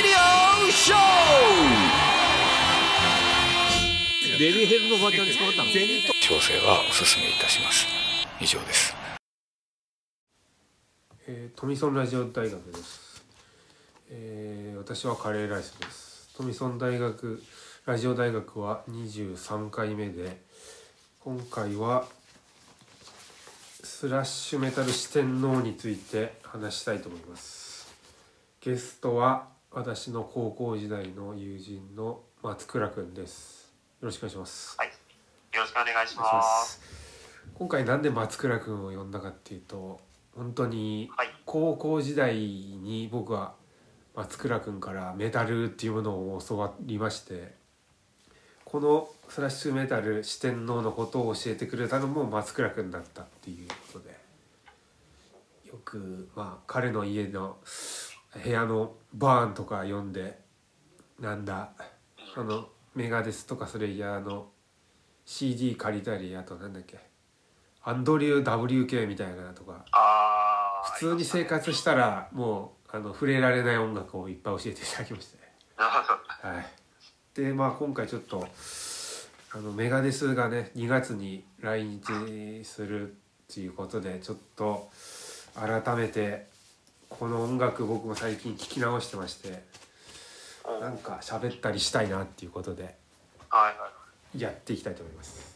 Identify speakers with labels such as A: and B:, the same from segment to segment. A: ショーデリヘルのおばちゃん捕まったの
B: 調整はお勧めいたします以上です
C: えー、トミソンラジオ大学です、えー私はカレーライスですトミソン大学ラジオ大学は23回目で今回はスラッシュメタル四天王について話したいと思いますゲストは私の高校時代の友人の松倉くんですよろしくお願いします
D: はい。よろしくお願いし
C: お願いし
D: ま。
C: ますす今回なんで松倉君を呼んだかっていうと本当に
D: はい
C: 高校時代に僕は松倉君からメタルっていうものを教わりましてこのスラッシュメタル四天王のことを教えてくれたのも松倉君だったっていうことでよくまあ彼の家の部屋のバーンとか読んでなんだあのメガデスとかそれいやあの CD 借りたりあとなんだっけアンドリュー WK みたいなとか
D: ああ。
C: 普通に生活したらもうあの触れられない音楽をいっぱい教えていただきましたね。
D: なるほど。
C: はい、でまあ今回ちょっとあのメガデスがね2月に来日するっていうことでちょっと改めてこの音楽僕も最近聞き直してましてなんか喋ったりしたいなっていうことで
D: はいはい。
C: やっていきたいと思います。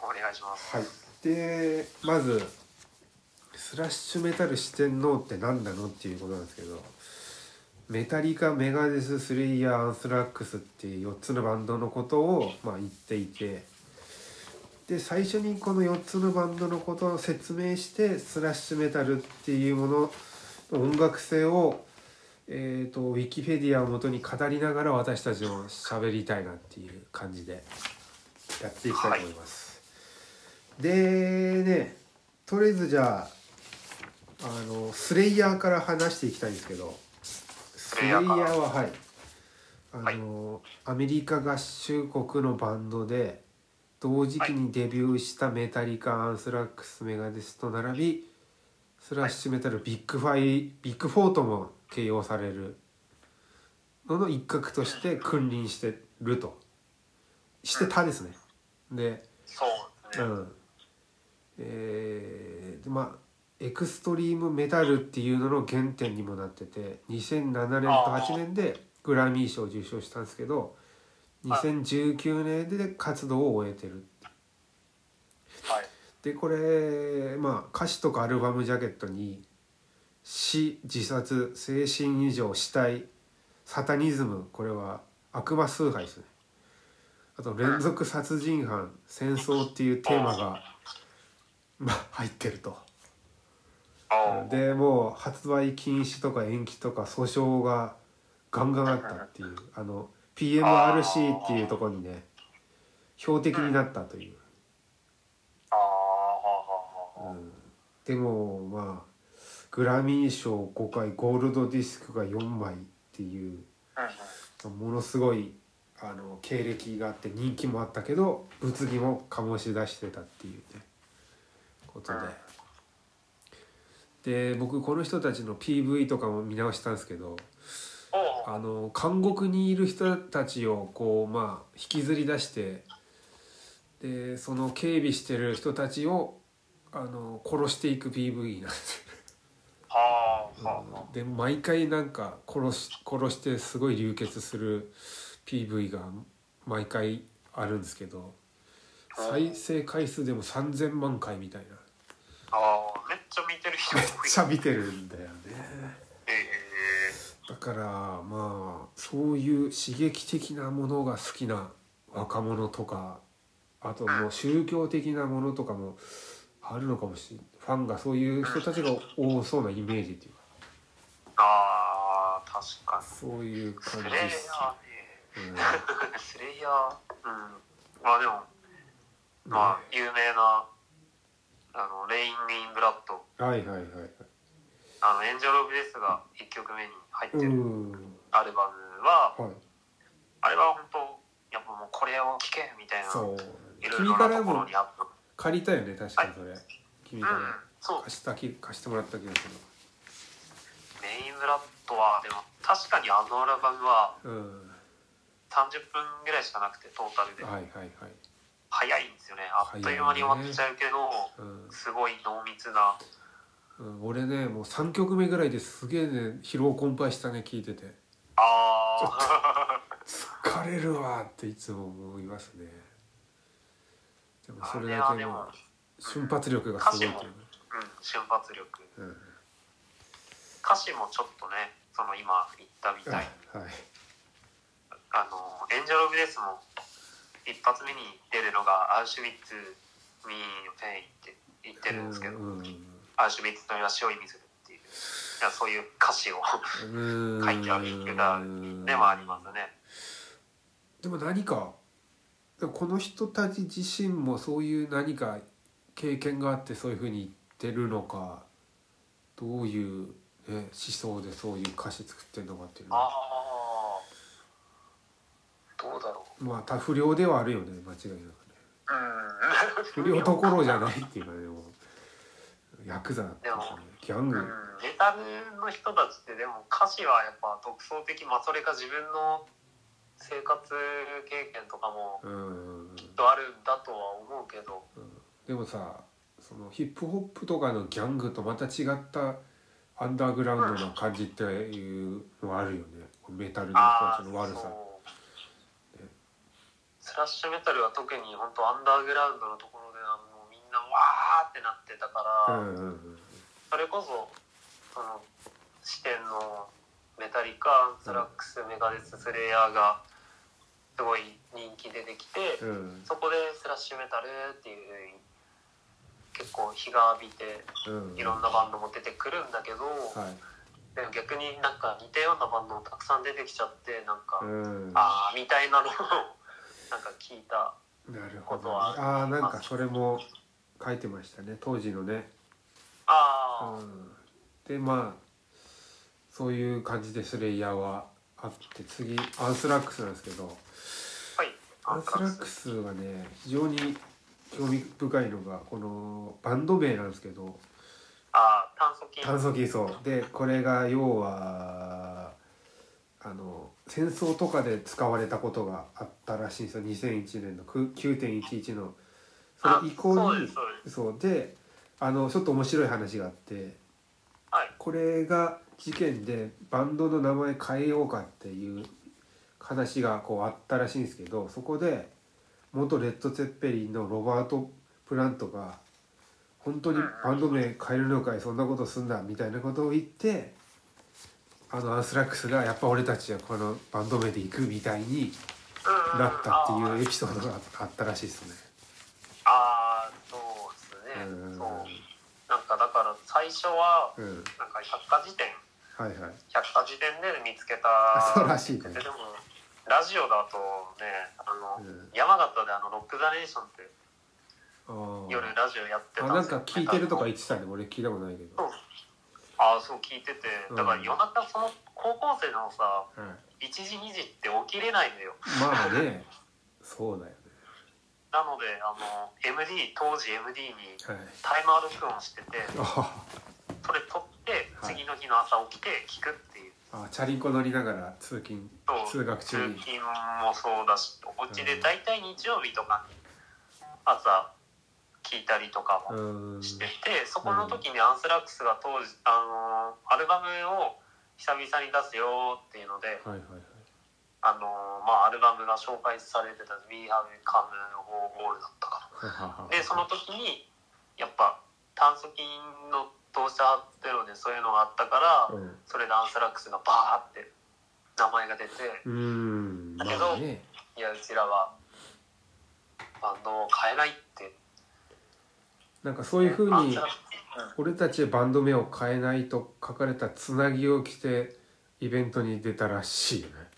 D: お願いします。
C: はい、でまずスラッシュメタル四天王って何なのっていうことなんですけどメタリカメガデススレイヤーアンスラックスっていう4つのバンドのことを、まあ、言っていてで最初にこの4つのバンドのことを説明してスラッシュメタルっていうものの音楽性を、えー、とウィキペディアをもとに語りながら私たちも喋りたいなっていう感じでやっていきたいと思います。でねとりあえずじゃああのスレイヤーから話していきたいんですけどスレイヤー
D: スレイヤー
C: ははいあの、アメリカ合衆国のバンドで同時期にデビューしたメタリカアンスラックスメガデスと並びスラッシュメタルビッグファイビッグフォーとも形容されるのの一角として君臨してるとしてたですね。で
D: そうです
C: う
D: ね。
C: んえーでまあエクストリームメタルっていうのの原点にもなってて2007年と8年でグラミー賞を受賞したんですけど2019年で活動を終えてる
D: はい。
C: でこれまあ歌詞とかアルバムジャケットに死自殺精神異常死体サタニズムこれは悪魔崇拝ですねあと連続殺人犯戦争っていうテーマが、まあ、入ってると
D: あ
C: でもう発売禁止とか延期とか訴訟がガンガンあったっていうあの PMRC っていうところにね標的になったという
D: あ。ああ。ははは
C: でもまあグラミー賞5回ゴールドディスクが4枚っていう
D: は。
C: ものすごいあの経歴があって人気もあったけど物議も醸し出してたっていうねことで。で僕この人たちの PV とかも見直したんですけど
D: おお。
C: あの監獄にいる人たちをこうまあ引きずり出してでその警備してる人たちをあの殺していく PV なんです
D: はあ。は
C: で毎回なんか殺し殺してすごい流血する PV が毎回あるんですけど再生回数でも3,000万回みたいな
D: あ。ああ。めっちゃ見てる人多い。
C: しゃ見てるんだよね
D: え
C: だからまあそういう刺激的なものが好きな若者とかあともう宗教的なものとかもあるのかもしれないファンがそういう人たちが多そうなイメージっていうか
D: えああ。確かに。
C: そういう
D: ス
C: 感
D: レ
C: じ
D: イ
C: で
D: ヤ
C: す。
D: ーね。
C: うん
D: スレイヤー。うん。まあでも。まあ、有名な。あの、レイン・イン・ブラッド。
C: はいはいはい
D: あの、エンジェル・オブ・デスが一曲目に入って
C: う
D: る
C: ん
D: アルバムは、
C: はい
D: あれは本当やっぱもうこれを聴けみたいな
C: そう
D: いろい
C: 君
D: ろ
C: か
D: な
C: ら
D: ところ
C: も
D: にあった
C: 借りたよね確かにそれ君
D: うん
C: か
D: そう
C: ら貸したき貸してもらったけど
D: メインブラッドはでも確かにあのアルバムは
C: うん
D: 30分ぐらいしかなくてトータルで
C: はいはいはい
D: 早いんですよねあっという間に終わっちゃうけど、
C: うん
D: すごい濃密な
C: うん、俺ねもう3曲目ぐらいですげえね疲労困憊したね聞いてて
D: ああ
C: 疲れるわっていつも思いますねでもそれだ
D: あ
C: けの
D: れはでも
C: 瞬発力がすごいという
D: うん瞬発力
C: うんは
D: 歌詞もちょっとねその今言ったみたいに
C: いはい
D: あのエンジェル・オブ・デスも一発目に出るのがアウシュビッツ・ミー・フェインって言ってるんですけど、
C: うん
D: アウシュビッツの足を意味するっていういやそういう歌詞を
C: うん
D: 書いてある歌でもありますね。
C: でも何かでもこの人たち自身もそういう何か経験があってそういうふうに言ってるのかどういう、ね、思想でそういう歌詞作ってるのかっていうの
D: あ
C: は
D: あどうだろう
C: まあた不良ではあるよね間違いなくね。
D: う
C: 不良どころじゃないっていうかねもうヤクザだったしねギャング、
D: うん、メタルの人たちってでも歌詞はやっぱ独創的、まあ、それか自分の生活経験とかも
C: うん、
D: きっとあるんだとは思うけど、
C: でもさそのヒップホップとかのギャングとまた違ったアンダーグラウンドな感じっていうのはあるよねメタルの人
D: あ
C: たち
D: ー
C: の悪さ
D: そうスラッシュメタルは特に本当アンダーグラウンドのところではもうみんなわーってなってたか
C: う
D: ら、
C: んうんうん
D: それこそその視点のメタリカアンスラックスメガデススレイヤーがすごい人気出てきて、
C: うん
D: そこでスラッシュメタルっていう風に結構日が浴びて
C: うん
D: いろんなバンドも出てくるんだけど、
C: はい
D: でも逆になんか似たようなバンドもたくさん出てきちゃってなんか、
C: うんな
D: ああみたいなのを なんか聞いた
C: るほ
D: こと
C: ど
D: は
C: ああーなんかそれも書いてましたね当時のね
D: ああ、
C: うんでまあそういう感じでスレイヤーはあって次アンスラックスなんですけど
D: はい
C: アンスラックスはね非常に興味深いのがこのバンド名なんですけど
D: ああ炭素菌
C: 炭素偽装でこれが要はあの戦争とかで使われたことがあったらしいんですよ2001年のく9.11のその以
D: あ
C: 降
D: そうで
C: に
D: すそうです
C: そうであのちょっと面白い話があって
D: はい
C: これが事件でバンドの名前変えようかっていう話がこうあったらしいんですけどそこで元レッド・ツェッペリンのロバート・プラントが「本当にバンド名変えるのかいそんなことすんだ」みたいなことを言ってあのアンスラックスが「やっぱ俺たちはこのバンド名で行く」みたいに
D: うん
C: なったっていうエ
D: あ
C: ピソードがあったらしいですね。
D: ああそうですね、
C: うん
D: そうなんかだから最初は
C: うん、
D: なんか百科事典
C: はいはい
D: 百科事典で見つけ
C: あ
D: た
C: そうらしいね
D: ででもラジオだとねあの、
C: うん
D: 山形であのロック・ザ・ネーションって
C: あー
D: 夜ラジオやってた
C: あなんか
D: で
C: 聞
D: すよ
C: いてるとか言ってたね俺聞いたことないけど
D: そうああそう聞いてて
C: うん
D: だから夜中その高校生のさ
C: はい、
D: 1時2時って起きれないのよ
C: まあね そうだよね
D: なのであの MD 当時 MD に
C: はい
D: タイマー録音してて
C: あ
D: それ撮って
C: はい
D: 次の日の朝起きて聞くっていう、
C: あチャリンコ乗りながら通勤
D: そう
C: 通学中に
D: 通勤もそうだしお家で大体日曜日とかに朝聞いたりとか
C: う
D: も
C: ーん
D: しててそこの時にアンスラックスが当時あのアルバムを久々に出すよっていうので。
C: はいはいはい
D: あのーまあ、アルバムが紹介されてた「We Have Come All」だったか
C: ははは
D: なでその時にやっぱ炭素菌の同社発テロでそういうのがあったから、
C: うんう
D: それでアンスラックスがバーって名前が出て
C: ーんまあね
D: いやうちらはバンドを変えないって
C: なんかそういうふう
D: アン
C: に
D: スラックスうん
C: 俺たちへバンド名を変えないと書かれたつなぎを着てイベントに出たらしいよね、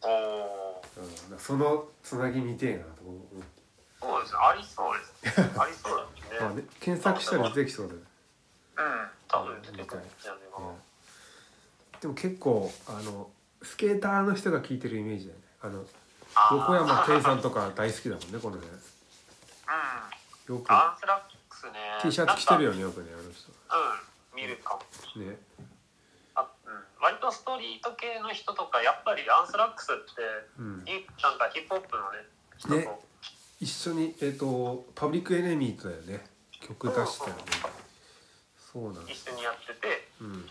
D: お
C: う
D: ー
C: ん、だからそのつなぎ見てえなと思って
D: そうですねありそ うですねありそうだね
C: まあね検索したら出てきそうだよね
D: うん多分出てくるんじゃないかな、
C: でも結構あのスケーターの人が聞いてるイメージだよねあの
D: あー
C: 横山圭さんとか大好きだもんねこの辺
D: うん
C: よく
D: アンスラックスね
C: T シャツ着てる
D: よ
C: よねよくねあの
D: うん見るかも
C: 人ね
D: あうん割とストリート系の人とかやっぱりアンスラックスって
C: うん、
D: いいなんかヒップホップのね人と、
C: ね一緒にえっ、とパブリックエネミーとだよね曲出したよねそうなんで
D: 一
C: す
D: 緒にやってて、
C: うん
D: うん、
C: で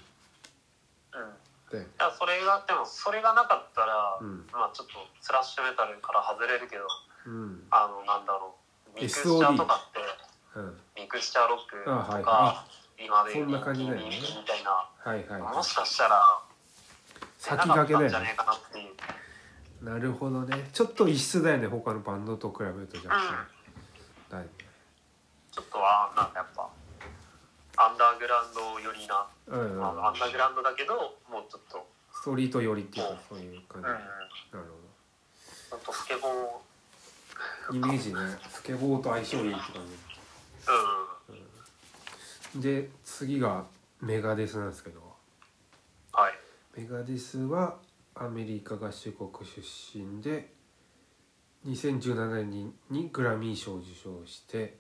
D: いやそれがでもそれがなかったら、
C: うん
D: まあちょっとスラッシュメタルから外れるけど
C: うん
D: あのなんだろうミクスチャーとかって
C: うん
D: ミクスチャーロック
C: あはい
D: と
C: あ
D: か今で
C: そんな感じだよね
D: 人気みたいな、
C: はいはい
D: もしかしたら
C: 先駆けだ
D: 出なかった
C: よ
D: んじゃ
C: ね
D: ねえかなっていう
C: なるほどねちょっと異質だよね他のバンドと比べるとじゃあ、はい
D: ちょっとはなんかやっぱアンダーグラウンドよりな、
C: うんうん
D: あのアンダーグラウンドだけどもうちょっと、
C: ストリート寄りっていうかそういう感
D: う
C: じ、
D: ん、
C: なる
D: ほんとスケボーを
C: ほどイメージねスケボーと相性いいって感
D: うん
C: じで次がメガデスなんですけど
D: はい
C: メガデスはアメリカ合衆国出身で2017年にグラミー賞を受賞して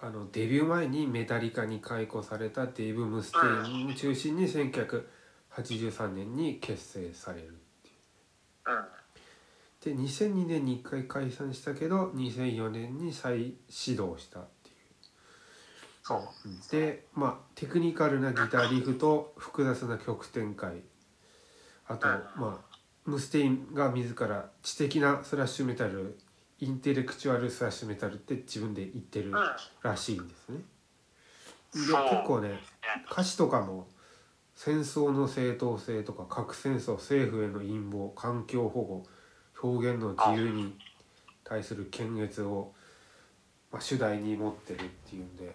C: あのデビュー前にメタリカに解雇されたデイブ・ムステインを中心に1983年に結成されるっていう
D: うん
C: で2002年に1回解散したけど2004年に再始動したって
D: そう
C: いうでまあテクニカルなギターリフと複雑な曲展開あとまあムステインが自ら知的なスラッシュメタルインテレクチュアルスラッシュメタルって自分で言ってるらしいんですね。で結
D: そう
C: 構ね歌詞とかも戦争の正当性とか核戦争政府への陰謀環境保護表現の自由に対する検閲を、まあ、主題に持ってるっていうんで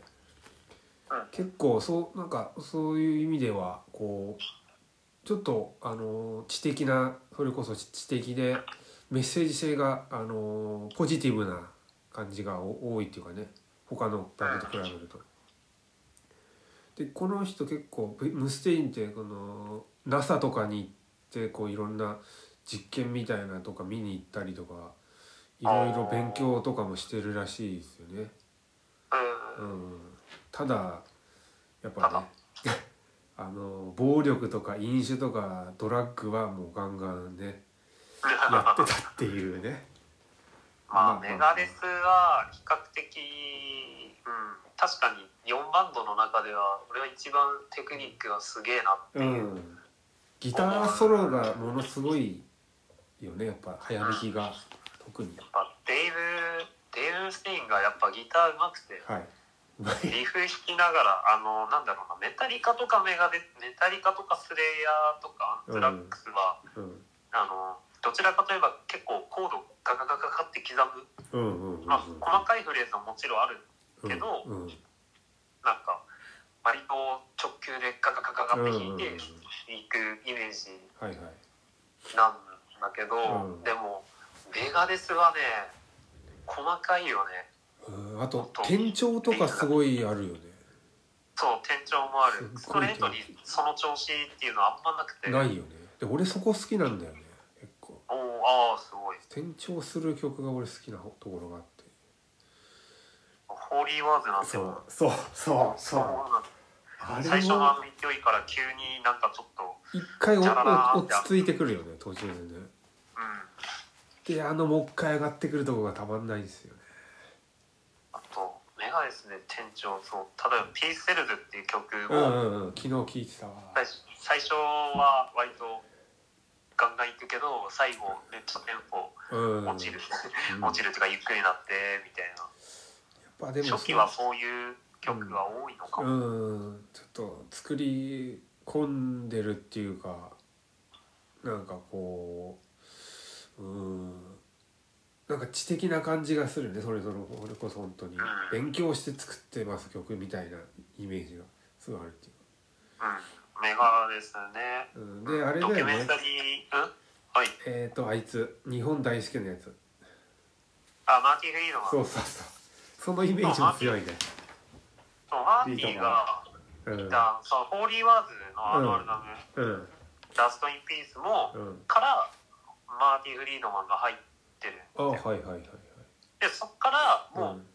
D: うん
C: 結構そうなんかそういう意味ではこうちょっとあの知的なそれこそ知知的でメッセージ性があのポジティブな感じがお多いっていうかね他のバンドと比べると。でこの人結構ブムステインってこの NASA とかに行ってこういろんな実験みたいなとか見に行ったりとかいろいろ勉強とかもしてるらしいですよね。う
D: うん
C: ん、ただやっ
D: た
C: ぱ
D: だ
C: ね あの暴力とか飲酒とかドラッグはもうガンガンね やってたっていうね。
D: まあ、
C: まあ
D: メガレスは比較的、うん、確かに4バンドの中では俺は一番テクニックがすげえなって
C: う
D: いう、
C: ん、ギターソロがものすごいよねやっぱ早弾きが特に。
D: まあ、デイブデイブ・ステインがやっぱギターうまくて
C: はい。
D: リフ弾きながらあのなんだろうなメタリカとかメガデメタリカとかスレイヤーとかアンスラックスは、
C: うん
D: あのどちらかといえば結構コードガガガガガって刻む、
C: うんうんうんうん
D: まあ、細かいフレーズももちろんあるけど
C: うんうん
D: なんか割と直球でガガガガガって弾いて。
C: うんうんうん
D: 行くイメージ
C: はいはい。
D: なんだけど、
C: うん
D: でもメガデスはね細かいよね
C: うんあと転調とかすごいあるよね。
D: そう転調もある
C: す
D: ス
C: っご
D: ト
C: い
D: レートにその調子っていうのはあんまなくて
C: ないよね。で俺そこ好きなんだよね結構。
D: おおああすごい
C: 転調する曲が俺好きなところがあって。
D: ホーリーワーズなんても
C: そうそう
D: そうな
C: あ
D: んだ
C: れ
D: 最初のあ
C: は
D: の勢いから急になんかちょっと
C: 一回お
D: じゃららー
C: お
D: っ
C: 落
D: て
C: ち着いてくるよね途中でね。
D: うん
C: であのもう一回上がってくるとこがたまんないんですよね。
D: あとメガデスで転調そう例えば「ピースセルズ」っていう曲
C: うんう
D: も
C: んうん昨日聴いてたわ。
D: 最初最初は割とガンガンいくけど最後めっちゃテンポ
C: うん。
D: 落ちる、
C: うん
D: 落ちるとかゆっくりになってみたい
C: や
D: な
C: っぱでもそう
D: 初期はそういう曲が多いのか
C: う
D: も、
C: んちょっと作り込んでるっていうかなんかこううんなんか知的な感じがするねそれぞれそれこそ本当に勉強して作ってます曲みたいなイメージがすごいあるっていうか
D: うん、メガですね、
C: うん、であれだ
D: ドキュ
C: よ
D: メ
C: ね
D: ンタリーうんはい
C: えっ、とあいつ日本大好きなやつ
D: あマーティ・フリードマン
C: そうそうそうそのイメージも強いね
D: そうマーティが
C: うん
D: いたそのホーリー・ワーズのあのアルバム「
C: うん
D: ダスト・イン・ピースも」
C: うん
D: からマーティ・フリードマンが入ってる
C: あはいはいはいはい
D: でそっからも
C: う
D: う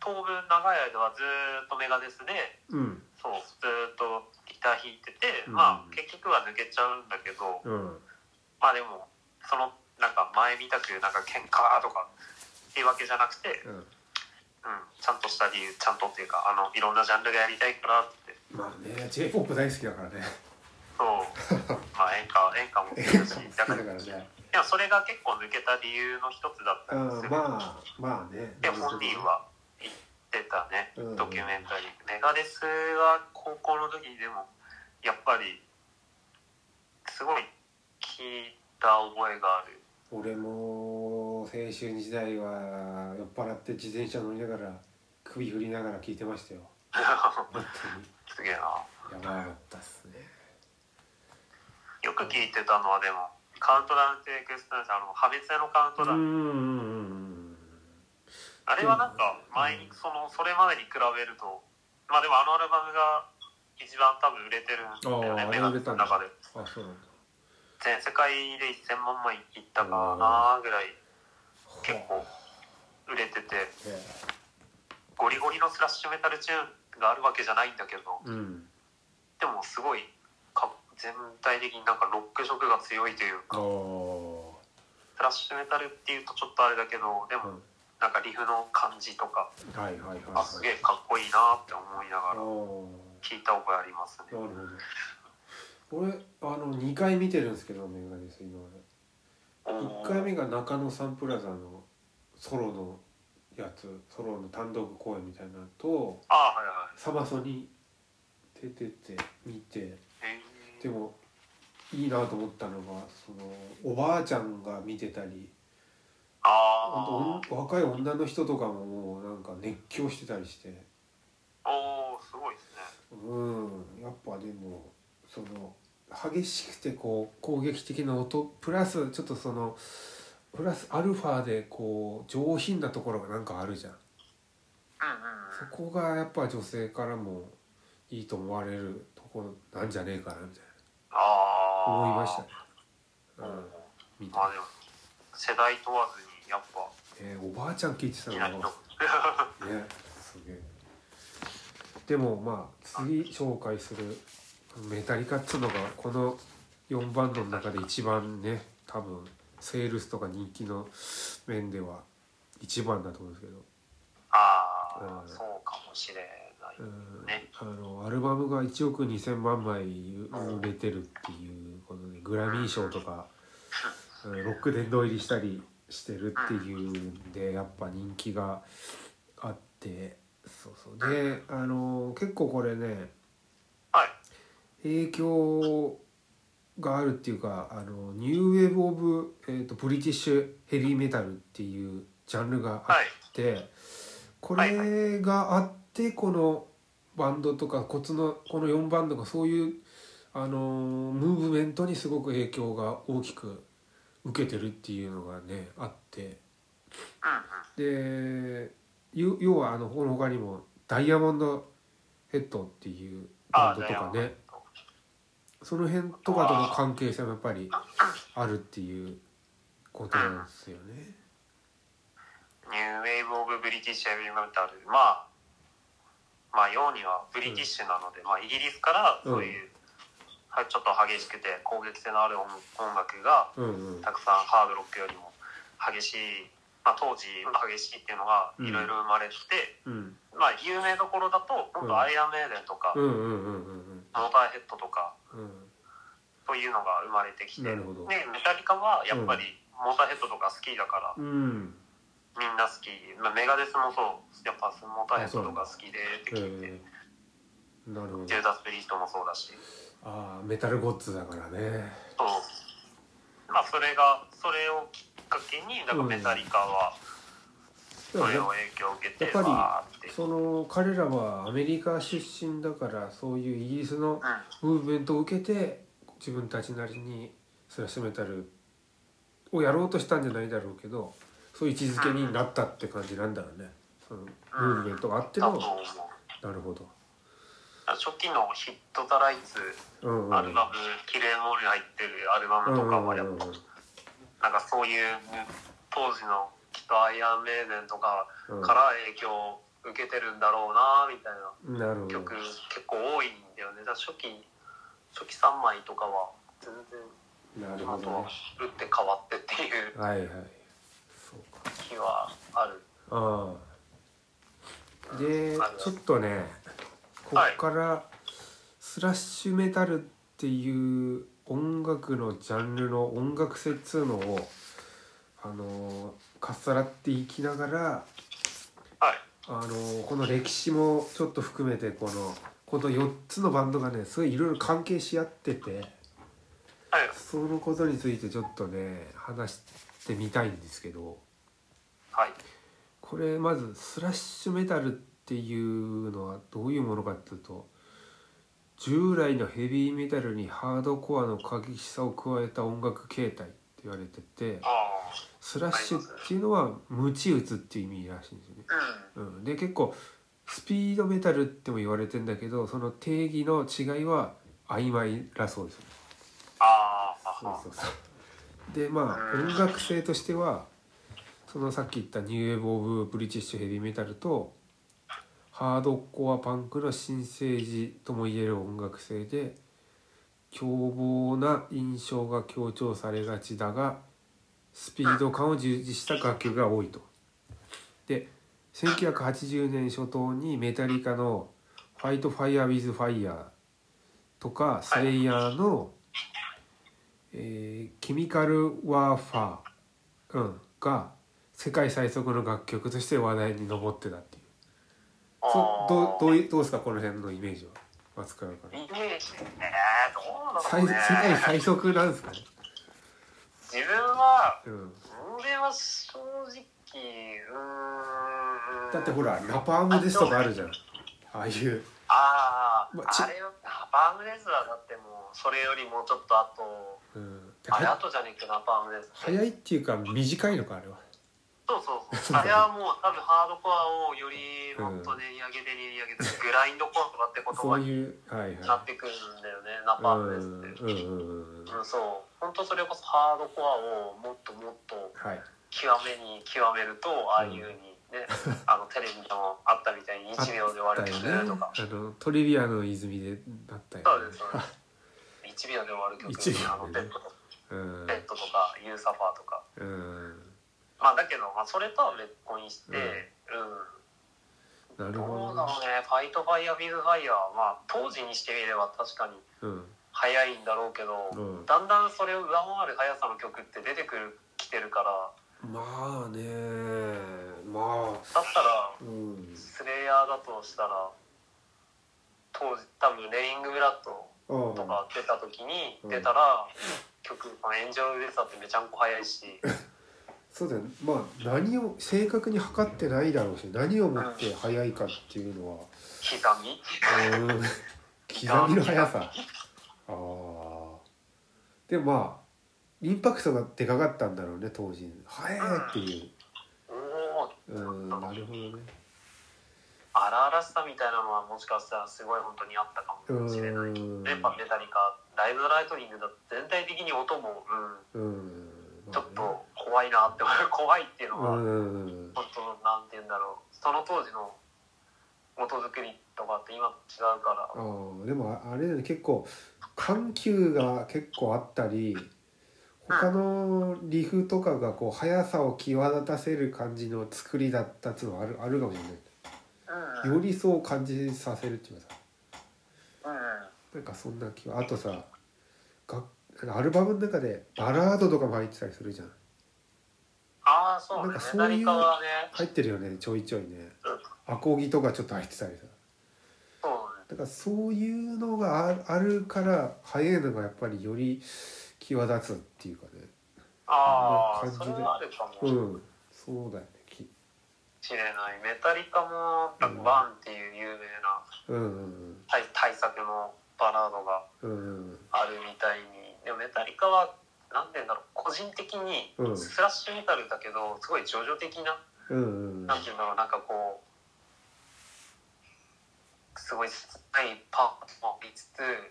D: 当分長い間はずーっとメガデスで
C: うん
D: そうずーっとギター弾いてて、
C: うん
D: まあ結局は抜けちゃうんだけど
C: うん
D: まあでもそのなんか前見たくなんか喧嘩とかっていうわけじゃなくて、うん、
C: うん
D: ちゃんとした理由ちゃんとっていうかあのいろんなジャンルがやりたいからって
C: まあね j p o p 大好きだからね
D: そう まあ演歌演歌もするし
C: 好きだ
D: だ
C: か
D: からら
C: ね
D: でもそれが結構抜けた理由の一つだった
C: うん
D: ですよ、
C: まあまあね
D: で本人は言ってたね、
C: うん
D: ドキュメンタリーメガデスは高校の時にでもやっぱりすごい聞いた覚えがある
C: 俺も青春時代は酔っ払って自転車乗りながら首振りながら聞いてましたよ本
D: すげえな
C: 当にやばかったっすね
D: よく聞いてたのはでもカウントダウンテイクスタンスあの破滅のカウン
C: うん
D: ト
C: う
D: ダウン、
C: んうん
D: あれはなんか前にそのそれまでに比べるとまあでもあのアルバムが一番多分売れてるんだよ
C: あ
D: ね
C: ー
D: メガデスの中で
C: あそうなんだ
D: 全世界で1000万枚いったかなぐらい結構売れてて
C: へえ
D: ゴリゴリのスラッシュメタルチューンがあるわけじゃないんだけど
C: うん
D: でもすごいか全体的になんかロック色が強いという
C: あ
D: かスラッシュメタルっていうとちょっとあれだけどで
C: あ、
D: もなんかリフの感じとか
C: はいはいはいはい
D: あすげえかっこいいなって思いな
C: あ
D: がら
C: あ
D: 聞いた覚えあります
C: な
D: ね
C: るほど俺あの2回見てるんですけどメガネス今まで1回目が中野サンプラザのソロのやつソロの単独公演みたいなのと
D: あはいは
C: サマソに出てて見て
D: いへえ
C: でもいいなと思ったのがそのおばあちゃんが見てたり
D: あ
C: 本当若い女の人とかももうなんか熱狂してたりして
D: あおおすごいですね
C: うんやっぱでもその激しくてこう攻撃的な音プラスちょっとそのプラスアルファでこう上品なところがなんかあるじゃん
D: うんうん
C: そこがやっぱ女性からもいいと思われるところなんじゃねえかなみたい
D: ああ
C: な思いましたね、う、
D: うん
C: 見て
D: まあでも世代問わずにやっぱ
C: えーおばあちゃん聞いてた
D: 好
C: の
D: き
C: か
D: な
C: な
D: 人
C: ねすげえでもまあ次紹介するメタリカっつうのがこの4バンドの中で一番ね多分セールスとか人気の面では一番だと思うんですけど
D: あ
C: う
D: あ
C: ん
D: そうかもしれない
C: うん
D: ね
C: あのアルバムが1億2,000万枚売れてるっていうことでグラミー賞とかうんロック殿堂入りしたりしてるっていうんでやっぱ人気があってそうそうであの結構これね
D: はい
C: 影響があるっていうかあのニューウェーブ・オブ、えーとブリティッシュ・ヘビー・メタルっていうジャンルがあ
D: はい
C: って、こ
D: はいは
C: れがあってこのバンドとかコツのこの4バンドがそういう、あのームーブメントにすごく影響が大きく受けてるっていうのがねあって
D: うんうん
C: でゆ要はあのこの他にもダイヤモンドヘッドっていうバン
D: ああ
C: ド
D: だ
C: と
D: よ
C: かねその辺とかとの関係性もやっぱりあるっていうことなんですよね。
D: ニューウェーブ・オブ・ブリティッシュ・ヘビー・メタルまあまあ要にはブリティッシュなので、まあ、イギリスからそういう、はいちょっと激しくて攻撃性のある音音楽が
C: うんうん
D: たくさんハードロックよりも激しい、まあ、当時激しいっていうのがいろいろ生まれて、
C: うん
D: まあ有名どころだと
C: う
D: 本
C: ん
D: 当アイアン・メイデンと
C: う
D: か、
C: んうんうんうん
D: モーターヘッドとか
C: うん
D: そういうのが生まれてきて
C: なる
D: で
C: ほど
D: メタリカはやっぱりモーターヘッドとか好きだから、
C: うん
D: みんな好き、まあ、メガデスもそうやっぱスモーターヘッドとか好きでって聞いて、
C: えーなるほど
D: ジューダス・プリーストもそうだし
C: ああメタルゴッズだからね
D: そうまあそれがそれをきっかけになんかメタリカはそれを影響を受けて、
C: やっぱり
D: わーって
C: その彼らはアメリカ出身だからそういうイギリスの
D: うん
C: ムーブメントを受けて自分たちなりにスラッシュメタルをやろうとしたんじゃないだろうけどそういう位置づけになったって感じなんだろうねそのムーブメントがあって
D: だと
C: の
D: 思う
C: なるほど
D: 初期のヒット・ザ・ライツ
C: うんうん
D: アルバム「キレイモール」入ってるアルバ
C: うん
D: ム
C: う
D: と
C: ん
D: かも
C: う
D: やっ
C: ん
D: ぱなんかそういう当時のきっとアイアン・メイデンとか
C: うん
D: から影響を受けてるんだろうなみたいな
C: なるほど
D: 曲結構多いんだよねだから初期初期3枚とかは全然
C: なる
D: あ
C: ほ
D: と
C: ど、
D: は
C: ね、
D: 打って変わってっていう
C: はいはいそうか
D: 気はある
C: ああで
D: ある
C: ちょっとねこっからスラッシュメタルっていう音楽のジャンルの音楽性っつうのをあのーかっさらっていきながら
D: はい
C: あのーこの歴史もちょっと含めてこのこの4つのバンドがねすごいいろいろ関係し合ってて
D: はい
C: そのことについてちょっとね話してみたいんですけど。
D: はい
C: これまずスラッシュメタルっていうのはどういうものかっていうと従来のヘビーメタルにハードコアの過激さを加えた音楽形態って言われてて
D: あ
C: スラッシュっていうのは無チ打つっていう意味らしいんですよね。
D: あ
C: うん、で結構スピードメタルっても言われてんだけどその定義の違いは曖昧らそうですね。
D: ああ
C: そう
D: あ
C: そうそう でまあ音楽性としてはそのさっき言ったニューウェーブ・オブ・ブリティッシュ・ヘビー・メタルとハードコア・パンクの新生児ともいえる音楽性で凶暴な印象が強調されがちだがスピード感を重視した楽曲が多いと。で1980年初頭にメタリカの「ファイト・ファイヤー・ウィズ・ファイヤー」とかスレイヤーの「えーケミカル・ワーファー、うん、が世界最速の楽曲として話題に上ってたっていうそ
D: あ
C: どうど
D: う
C: ういどうですかこの辺のイメージは松倉か
D: イ
C: ら
D: メージねど
C: 最
D: う
C: 世
D: なのね
C: 界最速なんですかね、
D: 自分は
C: うん、
D: 俺は正直うーん
C: だってほらラパームですとかあるじゃんああいう
D: ああ、
C: まあち
D: あれよナパームレズはだってもうそれよりもうちょっと後
C: うん、
D: あれ
C: は
D: 後じゃねえけどナパームレズ
C: 早いっていうか短いのかあれは
D: そうそうそうあれはもう多分ハードコアをよりもっと練り上げで練り上げてグラインドコアとかって
C: そ
D: 言葉
C: う
D: に
C: いうはい
D: な
C: は
D: ってくるんだよねナ
C: い
D: パ
C: う
D: ー
C: ん
D: ムレズって。
C: うんうんうん
D: うん、そう本当それこそハードコアをもっともっと
C: はい
D: 極めに極めるとああいうふうに ね、あのテレビでもあったみたいに1秒で終わる
C: だよ
D: 曲
C: ね
D: とか、
C: あのトリビアの泉でだったよ
D: そう
C: ね
D: ですそうです1秒で終わる曲
C: 一秒
D: あの
C: で
D: ペ
C: ね
D: ットとか
C: うん
D: ペットとかユーサファーとか
C: うん
D: まあだけど、まあ、それとは別個にして、う
C: なる
D: ん
C: ほ
D: ど
C: ど
D: うだろうねファイトファイヤービズファイヤーはまあ当時にしてみれば確かに
C: うん
D: 速いんだろうけど、
C: うん
D: だんだんそれを上回る速さの曲って出てくるきてるから
C: まあねまあ
D: だったら
C: うん
D: スレイヤーだとしたら当時多分レイングブラッド
C: あ
D: とか出た時に
C: うん
D: 出たら、曲「まあ、炎上ウェザー」ってめちゃんこ速いし
C: そうだよねまあ何を正確に測ってないだろうし何をもって速いかっていうのは
D: 刻 み
C: うん刻みの速さああでもまあインパクトがでかかったんだろうね当時速いってい
D: おお
C: ううんなるほどね
D: 荒々しさみたいなのはもしかしたらすごい本当にあったかもしれない。
C: うん
D: やっぱメタリカライブドライトニングだと全体的に音も、う
C: うん
D: ん、ち
C: ま
D: ょっ
C: あね
D: と怖いなって 怖いっていうのは、
C: うん
D: 本当なんて言うんだろうその当時の音作りとかって今と違うから、
C: ああでもああれだね結構緩急が結構あったり他のリフとかがこう速さを際立たせる感じの作りだったっていうのはあるあるかもしれ
D: うん
C: ないよりそう感じさせるっていうかさ
D: うん
C: なんかそんな気はあとさがアルバムの中でバラードとかも入ってたりするじゃん
D: ああそう
C: なん
D: ね
C: か
D: メ
C: そう
D: タ
C: いう
D: リカはね
C: 入ってるよねちょいちょいね
D: うん
C: アコギとかちょっと入ってたりさ
D: そうね
C: だからそういうのがああるから早いのがやっぱりより際立つっていうかね
D: あ
C: こんな
D: あそ
C: 感
D: れ
C: じで
D: はあるかも
C: う
D: し
C: んそうだよねき
D: れない、メタリカも「
C: うん
D: バン」っていう有名な
C: うん
D: 対対策のバラードが
C: うんうん
D: あるみたいにでもメタリカは何て言うんだろう個人的に
C: うん
D: スラッシュメタルだけどすごい叙々的な
C: うんうんうん
D: なんて言うんだろうなんかこうすごい切ないパートもありつ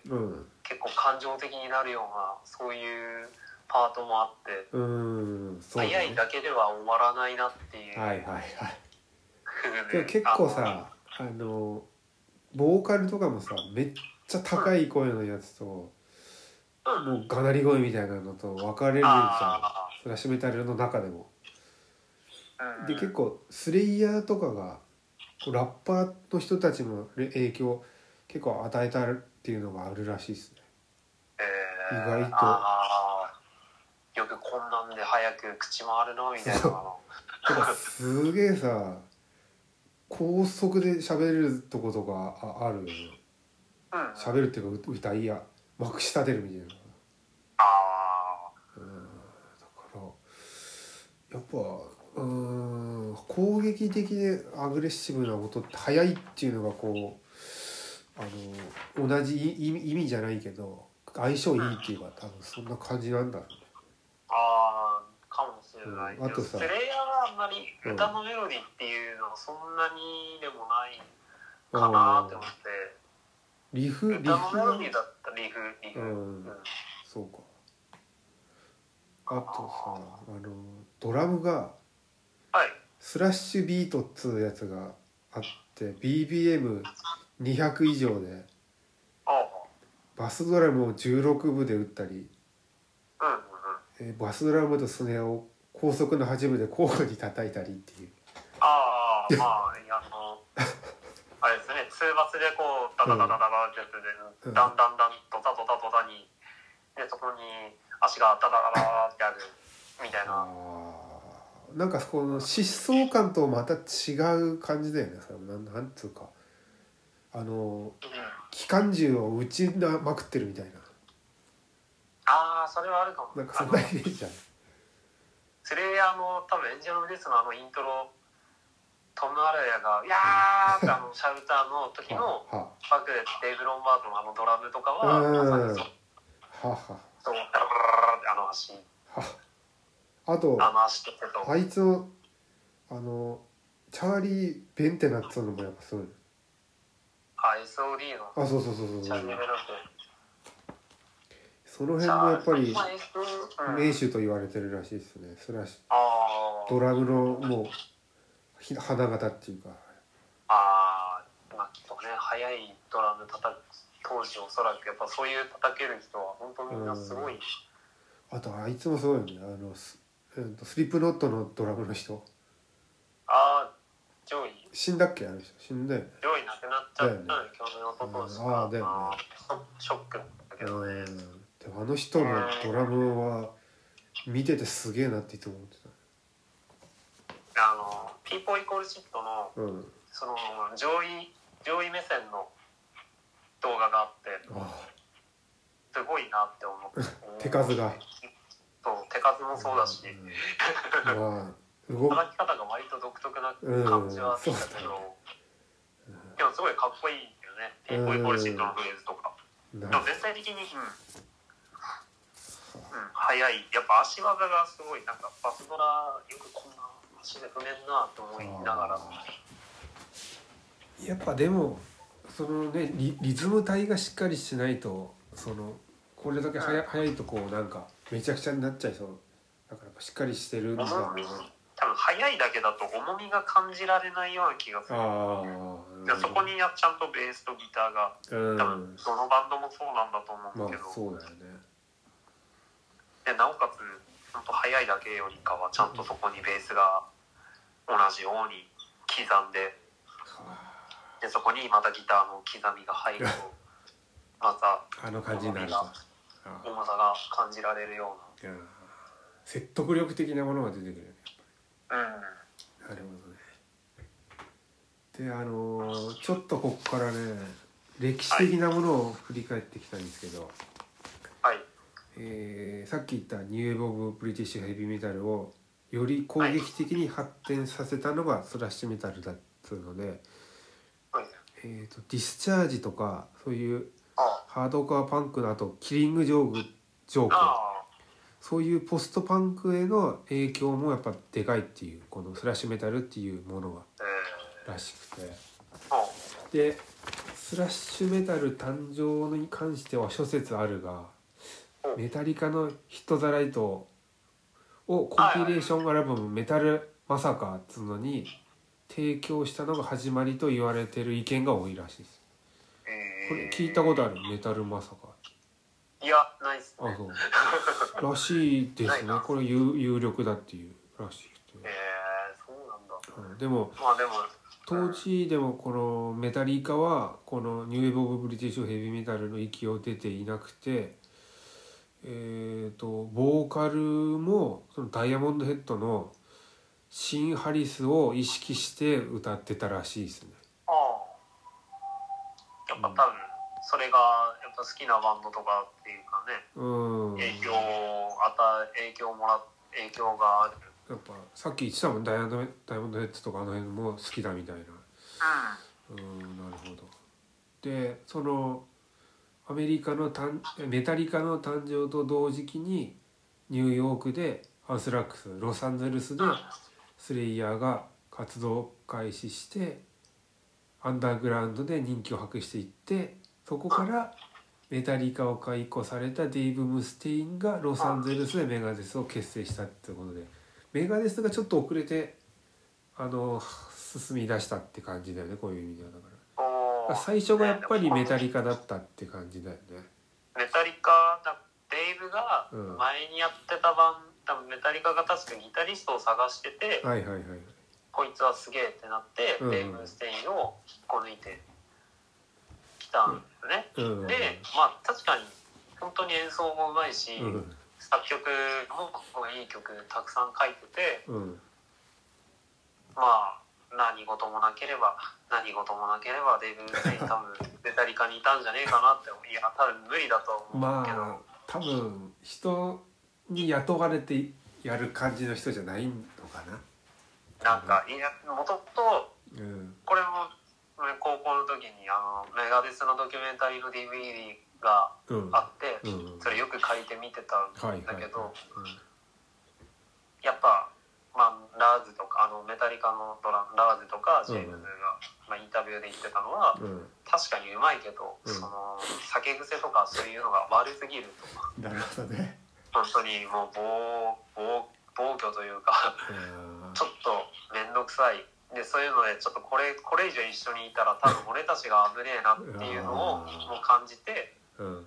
D: つ
C: うん
D: 結構感情的になるようなそういうパートもあって、
C: うんうんそうだ
D: 早い
C: ね
D: だけでは終わらないなっていう、
C: はいはいはいでも結構 さあのボーカルとかもさめっちゃ高い声のやつとも
D: あのうん
C: うがなり声みたいなのと分かれるじゃ
D: あ
C: んスラッシュメタルの中でも。
D: ーうん
C: で結構スレイヤーとかがこうラッパーの人たちの影響結構与えたっていうのがあるらしいですね。
D: えー
C: 意外と
D: あーよくこんなんで早く口回るのみたいなの
C: だからすげえさ高速で喋れるとことかああるよね
D: うん
C: 喋るっていうかう歌いやまくし立てるみたいな
D: あ
C: だからやっぱうーん攻撃的でアグレッシブな音って速いっていうのがこうあの同じい意味意味じゃないけど相性いいっていうか多分そんな感じなんだろ
D: ーあーかもしれない、
C: うんあとさ
D: プレイヤーがあんまり歌のメロディーっていうのはそんなにでもないうかなって
C: ね
D: 思って、
C: リフリフ
D: 歌のメロディー
C: が
D: だったリフリフ、
C: う
D: うんん
C: そうかあとさあのドラムが
D: はい
C: スラッシュビートっつうやつがあって BBM200 以上で
D: ああ
C: バスドラムを16部で打ったり、
D: うんうんうん
C: えーバスドラムとスネアを高速の8部で交互に叩いたりっていう
D: ああまあいやあのあれですね通バスでこうダダダダダダってやつ
C: う
D: で
C: ん
D: だんだんだんドタドタドタにでそこに足がダダダダダってあるみたいな
C: あーなんかこの疾走感とまた違う感じだよねそれなんなんつうかあの
D: うん
C: 機関銃を撃ちなまくってるみたいな
D: ああそれはあるかも
C: なんかそ
D: あ
C: ん
D: の
C: なイメージじゃん
D: それあの多分エンジェル・デスのあのイントロトム・アラヤが「いやー!」って あのシャウターの時の
C: は
D: バックでデイブ・ロンバートのあのドラムとか
C: は
D: は
C: うん
D: ま
C: は
D: さ
C: は
D: にそう
C: は
D: そうダラダラダラってあの足
C: はあと
D: あの足と手と
C: あいつのあのチャーリー・ベンテナっつうのもやっぱすごい
D: あ SOD の
C: あそうそうそうそう
D: チ
C: そ
D: ャンネ
C: う
D: ルだって。
C: その辺もやっぱり
D: まあ S うん
C: 名手と言われてるらしいですねスラッシ
D: あ
C: ュ
D: ー
C: ドラムのもうひ花形っていうか
D: あー、まあ、きっとね、速いドラム叩く、当時おそらくやっぱそういう叩ける人は本当みんなすごい。
C: あとあいつもすごいよねあのス,、えーとスリップノットのドラムの人
D: ああ、上位、
C: 死んだっけあの人死んだよね
D: 上位なくなっちゃったのよ、去年のとこ
C: うんあーだよね
D: ショックだったけどね。
C: うんでもあの人のドラムは見ててすげえなっていつも思って
D: あの、ピーポーイコールシットの、
C: たうん
D: その、上位、上位目線の動画があって、
C: あ
D: すごいなって思って
C: あ。 手数が
D: そう、手数もそうだし。
C: うんまあ動く
D: 働き方が割と独特な感じはあったけど、でもすごいかっこいいんだよね、ピンポイポルシートのフレーズとか。
C: な
D: でも全体的に、うん、うん、速い。やっぱ足技がすごい、なんかバスドラ、よくこんな足で踏めんなと思いながら、
C: やっぱでもそのねリリズム体がしっかりしないとそのこれだけはや速いとこうなんかめちゃくちゃになっちゃいそうだからやっぱしっかりしてるんだろう
D: 重
C: な
D: み、多分速いだけだと重みが感じられないような気がする。
C: あ
D: で
C: あ
D: そこにやちゃんとベースとギターが、
C: う
D: 多
C: ん
D: 分どのバンドもそうなんだと思
C: ま
D: うんだ
C: あ
D: けど、
C: そうだよね
D: でなおかつ本当速いだけよりかはちゃんとそこにベースが同じように刻んででそこにまたギターの刻みが入るとまた
C: あの感じになるさあ
D: 重さが感じられるよ
C: ーいやー説得力的なものが出てくるよね
D: うな
C: なるほどねであのーちょっとここからね歴史的なものを振り返っていきたいんですけど、
D: うんはい
C: えーさっき言ったニューエーブ・オブ・ブリティッシュ・ヘビーメタルをより攻撃的に発展させたのがスラッシュメタルだっつうので、
D: はい
C: えー、とディスチャージとかそういう
D: あ
C: ハードコアパンクのあとキリング・ジョークジョーク
D: あ
C: そういうポストパンクへの影響もやっぱでかいっていうこのスラッシュメタルっていうものが
D: ええ
C: らしくて。
D: も
C: でスラッシュメタル誕生に関しては諸説あるがメタリカのヒット・ザ・ライトをコンピレーションアルバム「メタル・まさか」っつうのに提供したのが始まりと言われてる意見が多いらしいです
D: えー
C: これ聞いたことあるメタルまさか
D: いやないっす
C: あそうらしいですねこれ有有力だっていうらしくて、
D: えー、そうなんだ
C: うんでも
D: まあでも
C: 当時でもこのメタリカはこのニューエボブ・ブリティッシュ・ヘビーメタルの域を出ていなくてえー、とボーカルもそのダイヤモンドヘッドのシン・ハリスを意識して歌ってたらしいですね。
D: ああやっぱ多分それがやっぱ好きなバンドとかっていうかね
C: うん、や
D: 影響を与え影響をもらっ影響がある
C: っぱさっき言ってたもんダイヤモンドダイヤモンドヘッドとかあの辺も好きだみたいな。うんなるほどでそのアメリカのたんメタリカの誕生と同時期にニューヨークでアンスラックスロサンゼルスでスレイヤーが活動を開始してアンダーグラウンドで人気を博していってそこからメタリカを解雇されたデイブ・ムステインがロサンゼルスでメガデスを結成したってことでメガデスがちょっと遅れてあの進み出したって感じだよねこういう意味ではだから。
D: うんおー
C: 最初がやっぱりメタリカだったって感じだよね。
D: メタリカだデイブが
C: うん
D: 前にやってたバン多分メタリカが確かギタリストを探してて、
C: はいはいはい。
D: こいつはすげえってなって、
C: うん
D: デイブ・ステインを引っこ抜いてきたんだよね、
C: うん。
D: でまあ確かに本当に演奏もうまいし、
C: うん。
D: 作曲もいい曲たくさん書いてて
C: うん。
D: まあ何事もなければ何事もなければデイブ・ステイン多分メタリカにいたんじゃねえかなって思ういや多分無理だと思うけど、
C: まあ、多分人に雇われてやる感じの人じゃないのか
D: なんかいやもともと
C: な。うん。
D: これもね高校の時にあのメガデスのドキュメンタリーの DVD が
C: うん。
D: あって、
C: うん
D: それよく借りて見てた
C: はいはい
D: んだけど、
C: は
D: やっぱ、まあ、ラーズとかあのメタリカのドララーズとかジェームズが、
C: うん
D: まあ、インタビューで言ってたのは、
C: い。うん。
D: 確かにうまいけど、
C: うん
D: その酒癖とかそういうのが悪すぎるとか
C: なるほどね。
D: 本当にもう暴暴暴挙というか。
C: あ
D: ちょっと面倒くさいでそういうのでちょっとこれこれ以上一緒にいたら多分俺たちが危ねえなっていうの
C: あ
D: を
C: ー
D: もう感じて
C: ーうん。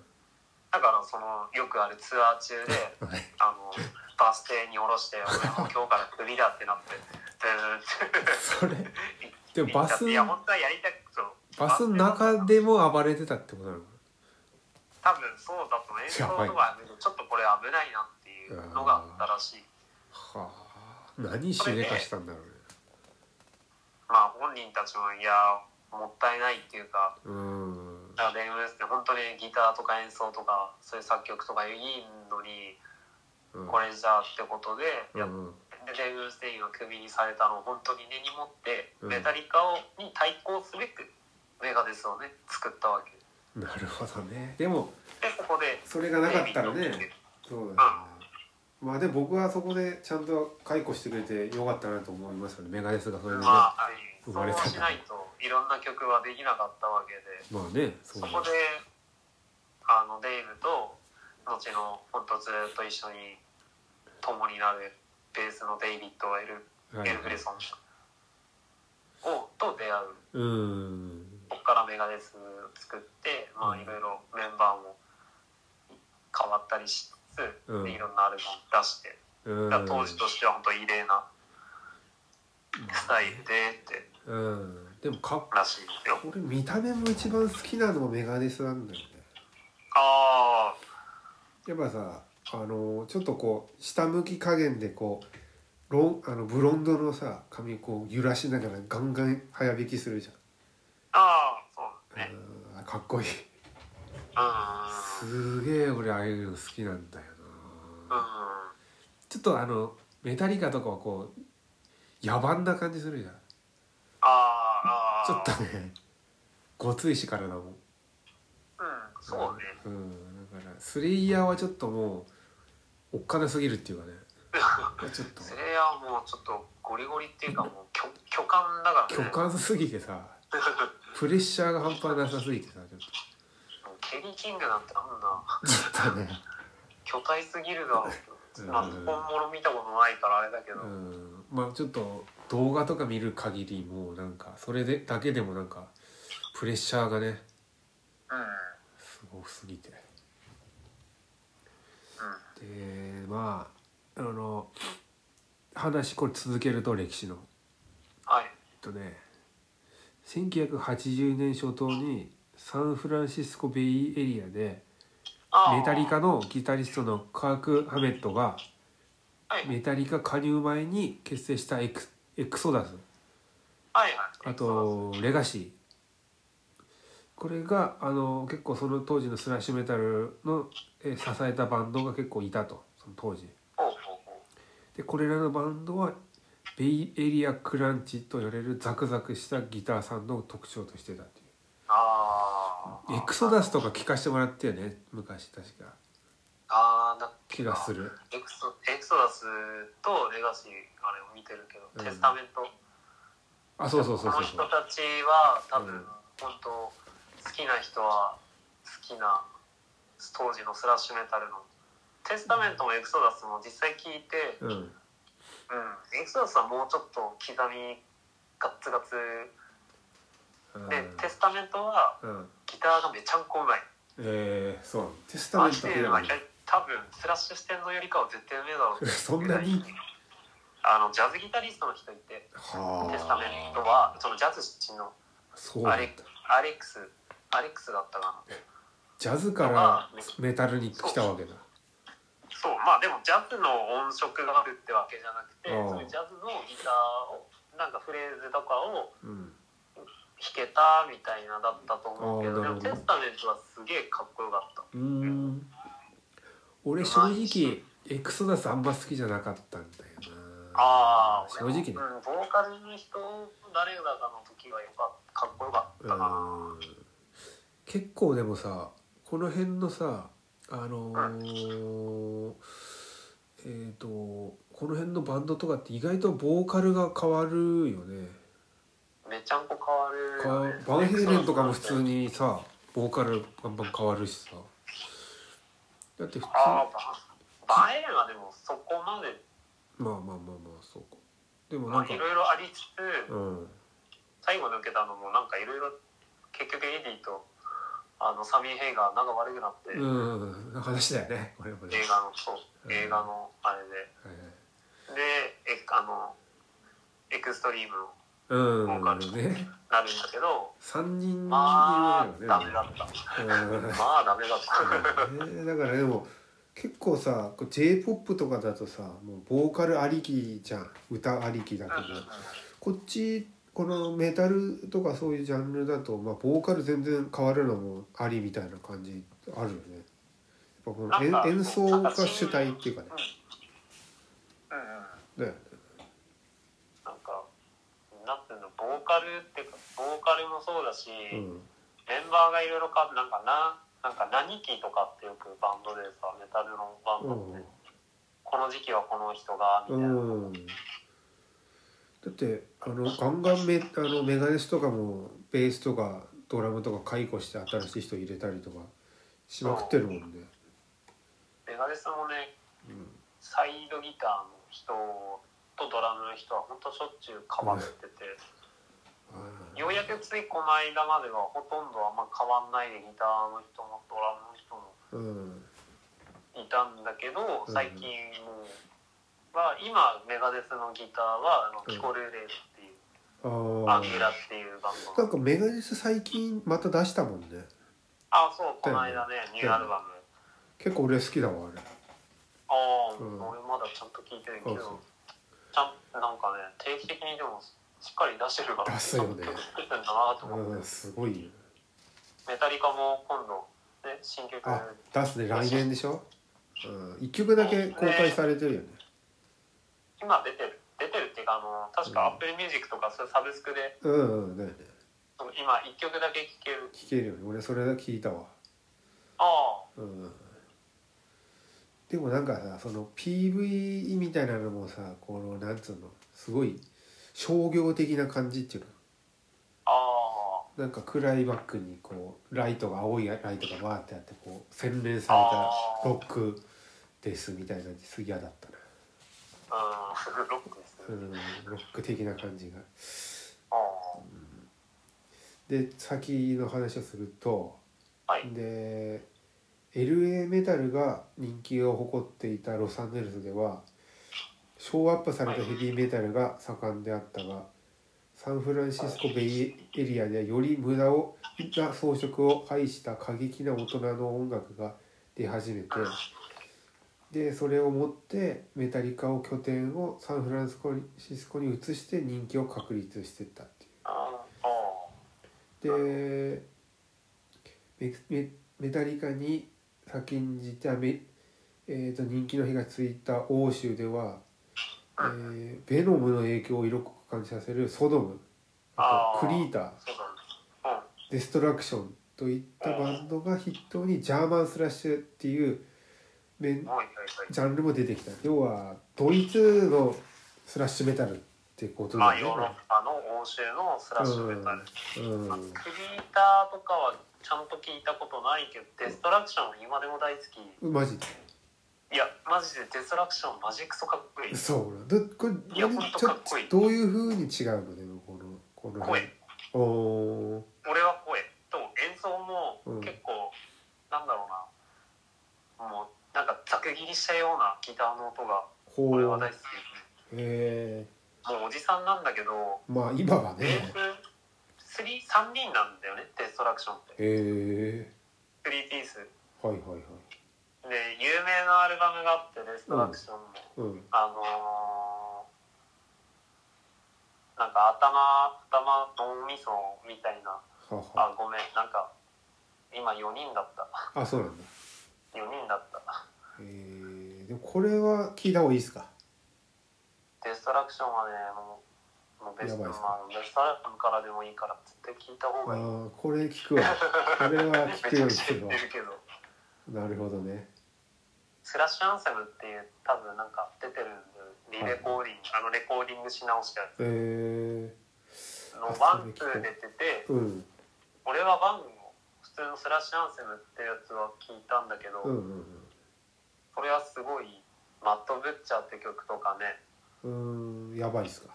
D: だからそのよくあるツアー中で
C: はい
D: あのバス停に降ろして「俺もう今日からクビだ」ってなって
C: それ。
D: で
C: でもバス
D: い、や本当はやりたくそう
C: バスの中でも暴れてたってことなのか
D: 多分そうだと演奏とかやめるちょっとこれ危ないなっていうのがあったらしい
C: な。はあ。何しでかしたんだろうね。
D: まあ本人たちもいやもったいないっていうか
C: うん。
D: だからレイムスって本当にギターとか演奏とかそういう作曲とかいいのに
C: うん
D: これじゃあってことで,、や
C: うん
D: でレイムステインがクビにされたのを本当に根に持って
C: うん
D: メタリカをに対抗すべくメガデスをね作ったわけ
C: なるほどね。でも。
D: でここで
C: それがなかったらねそうだなまあでも僕はそこでちゃんと解雇してくれてよかったなと思いますよねメガネスがそれでねま
D: まあ、
C: 生
D: そ
C: ま
D: う
C: れたんだ
D: しないといろんな曲はできなかったわけで
C: あねそ
D: そう
C: だ
D: こであのデイブと後の本当ずっと一緒に共になるベースのデイビッド・エル
C: はい
D: エル・フレソンをと出会う
C: うーん
D: こっからメガデス作ってま
C: う
D: あ
C: ん
D: いろいろメンバーも変わったりしつつ、
C: うん
D: でいろんなアルバム出して、
C: うーん
D: だから当時としては本当異例なスタイルでって
C: うんでもかっ
D: らしいですよ
C: 俺見た目も一番好きなのはメガネスなんだよね
D: ああ
C: やっぱさあのちょっとこう下向き加減でこうロンあのブロンドのさ髪こう揺らしながらガンガン早引きするじ
D: ああそう
C: ゃ
D: ね
C: んうんかっこいい
D: うん
C: すげえ俺ああいうの好きなんだよ
D: う
C: な、
D: ん
C: ちょっとあのメタリカとかはこう野蛮な感じするじゃん
D: あ
C: ち
D: ーあ
C: ょっ
D: ー
C: とねごついし体も
D: うんそうね
C: うんだからスレイヤーはちょっともうおっかなすぎるっていう かねちょっと
D: それはもうちょっとゴリゴリっていうかもう巨巨漢だからね
C: 巨漢すぎてさプレッシャーが半端なさすぎてさちょっ
D: ケリー・キングなんてあん
C: と
D: な
C: ちょっとね
D: 巨体すぎるだろう
C: うん
D: まあ本物見たことないからあれだけど、
C: うんまあちょっと動画とか見る限りもうなんかそれでだけでもなんかプレッシャーがね
D: うんうん
C: すごすぎてでまああの話これ続けると歴史の
D: はい
C: えっとね1980年初頭にサンフランシスコベイエリアで
D: あー
C: メタリカのギタリストのカーク・ハメットが
D: はい
C: メタリカ加入前に結成したエクエクソダス
D: はいはい
C: あとレガシーこれがあの結構その当時のスラッシュメタルのえー支えたバンドが結構いたとその当時
D: ほうほうほ
C: でこれらのバンドはベイエリアクランチと言われるザクザクしたギターさんの特徴としてたっていう
D: うああ
C: エクソダスとか聞かせてもらったよね昔確か
D: あーだっけ
C: 気がする
D: エクソエクソダスとレガシーあれを見てるけど、
C: うん
D: テスタメント
C: あそうそうそうそう
D: この人たちは多分、
C: うん
D: 本当好きな人は好きな当時のスラッシュメタルのテスタメントもエクソダスも実際聞いて、
C: そううん
D: うん、エクソダスはもうちょっと刻みガッツガツ
C: うん
D: で、テスタメントは
C: うん
D: ギターがめちゃんこうまい
C: えー、そうなのテスタ
D: マ
C: メン
D: ジ
C: ト
D: で
C: だね
D: 多分スラッシュしてんのよりかは絶対うめえだろう
C: そんなに
D: あのジャズギタリストの人いてテスタ
C: はあ
D: メントはそのジャズ出身の
C: そうなん
D: ア
C: だ
D: レアレックスアレックスだったかな
C: ジャズからメタルに来たわけだ
D: そうまあでもジャズの音色があるってわけじゃなくて
C: ああ
D: そういうジャズのギターをなんかフレーズとかを
C: うん
D: 弾けたみたいなだったと思うけど
C: ああ
D: でも
C: な
D: テ
C: るほど
D: スタメントはすげえかっこよかった
C: うーん俺正直エクソダスあんま好きじゃなかったんだよな
D: ああ
C: 正直ね
D: うんボーカルの人誰だかの時はよかったかっこよかったな
C: うん結構でもさこの辺のさあのーえっ、とこの辺のバンドとかって意外とボーカルが変わるよね
D: めちゃんこ変
C: か
D: わるよね
C: バンヘイレンとかも普通にさボーカルバンバン変わるしさだって普通
D: ああバンバンヘイレンはでもそこまで
C: まあまあまあまあそうかでも
D: ま
C: な
D: あ
C: んか
D: いろいろありつつ、
C: うん
D: 最後抜けたのもなんかいろいろ結局エディとあのサミー・ヘイが仲悪くなって、
C: うん話だよねこれもね
D: 映画のそう
C: うん
D: 映画のあれで
C: はいはい
D: でえあのエクストリー
C: う
D: ムに
C: ん
D: ボーカル
C: ね
D: なるんだけど
C: 三人いるよね
D: まあダメだった
C: うん
D: まあダメだった
C: ねだからでも結構さ j p o p とかだとさもうボーカルありきじゃん歌ありきだけどこっちこのメタルとかそういうジャンルだと、まあ、ボーカル全然変わるのもありみたいな感じあるよね。やっぱこ
D: なん
C: の
D: か
C: 演演奏が主体っていうかね。
D: うんうんうん
C: だよね
D: なんかなんていうのボーカルっていうかボーカルもそうだし、
C: うん
D: メンバーがいろいろかなんかななんか何期とかってよくバンドでさメタルのバンドって、この時期はこの人がみ
C: う
D: たいな、うん
C: ん、だってあのガンガンメあのメガネスとかもベースとかドラムとか解雇して新しい人入れたりとかしまくってるもんね。
D: メガネスもね、サイドギターの人とドラムの人はほんとしょっちゅう変わってて、ようやくついこの間まではほとんどあんま変わんないでギターの人もドラムの人も
C: うん
D: いたんだけど
C: うん
D: 最近もう、は今メガネスのギターはあの
C: うん
D: ピコルレールっていう、
C: あ
D: ア
C: ー
D: ンギラっていうバンドの
C: なんかメガネス最近また出したもんね
D: あそうこの間ねニューアルバム
C: 結構俺好きだわあれ
D: ああ、
C: うん
D: 俺まだちゃんと聞いてるけど
C: そうそう
D: ちゃんなんかね定期的にでもしっかり出してるから
C: 出すよね
D: ちゃんと作ってんだなと思って、
C: うんすごいよ
D: メタリカも今度ね新曲
C: あ出すね来年でしょ、うん、1曲だけ公開されてるよね
D: 今出てる出てるっていうかあの確かアップルミュージックとかそういうサブスクで
C: うんうんだよね
D: その今1曲だけ聴ける
C: 聴けるよね俺それだけ聞いたわ
D: ああ
C: うんでもなんかさその PV みたいなのもさこのなんつうのすごい商業的な感じっていうか
D: あ
C: なんか暗いバックにこうライトが青いライトがわーってあってこう洗練さ
D: あ
C: れたロックですみたいなのすごい嫌だったな
D: あうん ロックですね
C: うん、ロック的な感じが。
D: あ
C: で先の話をすると、
D: はい
C: で LA メタルが人気を誇っていたロサンゼルスではショーアップされたヘビーメタルが盛んであったがサンフランシスコベイエリアではより無駄をな装飾を排した過激な大人の音楽が出始めてでそれをもってメタリカを拠点をサンフランシスコに移して人気を確立してったっていう。
D: あああ
C: でメメメタリカに先んじてあめ、えー、と人気の火がついた欧州では、えーベノムの影響を色濃く感じさせるソドムあと
D: あー
C: クリーター
D: そうだね
C: デストラクションといったバンドが筆頭にジャーマンスラッシュっていう面
D: うんはいはい
C: ジャンルも出てきた要はドイツのスラッシュメタルってこと
D: はいま
C: だ
D: あヨーロッ
C: よ
D: パの欧州のスラッシュメタル、
C: ね。うん
D: まあクリーターとかはちゃんと聞いたことないけどデストラクションは今でも大好きい
C: うん、マジで
D: やマジでデストラクションマジクソかっこいい
C: そうだこれ
D: いや
C: これ
D: ほんと
C: ちょ
D: かっこいい
C: どういう風に違うのでもこのこの
D: 声
C: おお
D: 俺は声と演奏も
C: うん
D: 結構、なんだろうなもうなんかざく切りしたようなギターの音が
C: ほ
D: 俺は
C: う
D: 大好き
C: へえ
D: ですねもうおじさんなんだけど
C: まあ今は
D: ベー
C: ね
D: ス3三輪なんだよねデストラクションって
C: へえ
D: 3ピース
C: はいはいはい
D: で有名なアルバムがあってデストラクションも、
C: うん
D: あのーなんか頭頭脳みそみたいな
C: はは
D: あごめんなんか今4人だった
C: あそうなんだ
D: 4人だっ
C: へ
D: た
C: えでもこれは聞いた方がいいですか
D: デストラクションはねもうもうベスト
C: やばい
D: ま
C: っすね
D: あベストアルバムからでもいいから絶対聞いた
C: あ
D: 方がいい
C: ーこれ聞く わこれは聞くように
D: めちゃくちゃ
C: す
D: 言
C: る
D: っ
C: わ
D: てるけど
C: なるほどね
D: スラッシュアンセムっていう多分なんか出てるリレコーディング、あのレコーディングし直したやつ
C: へ
D: の
C: あ
D: ワ
C: それ
D: ン
C: 聞
D: ツ
C: こう
D: ー出てて
C: えうん
D: 俺はワンを普通のスラッシュアンセムってやつは聞いたんだけど、
C: うんうん
D: これはすごい「マット・ブッチャー」って曲とかね
C: うんうーんやばいっすか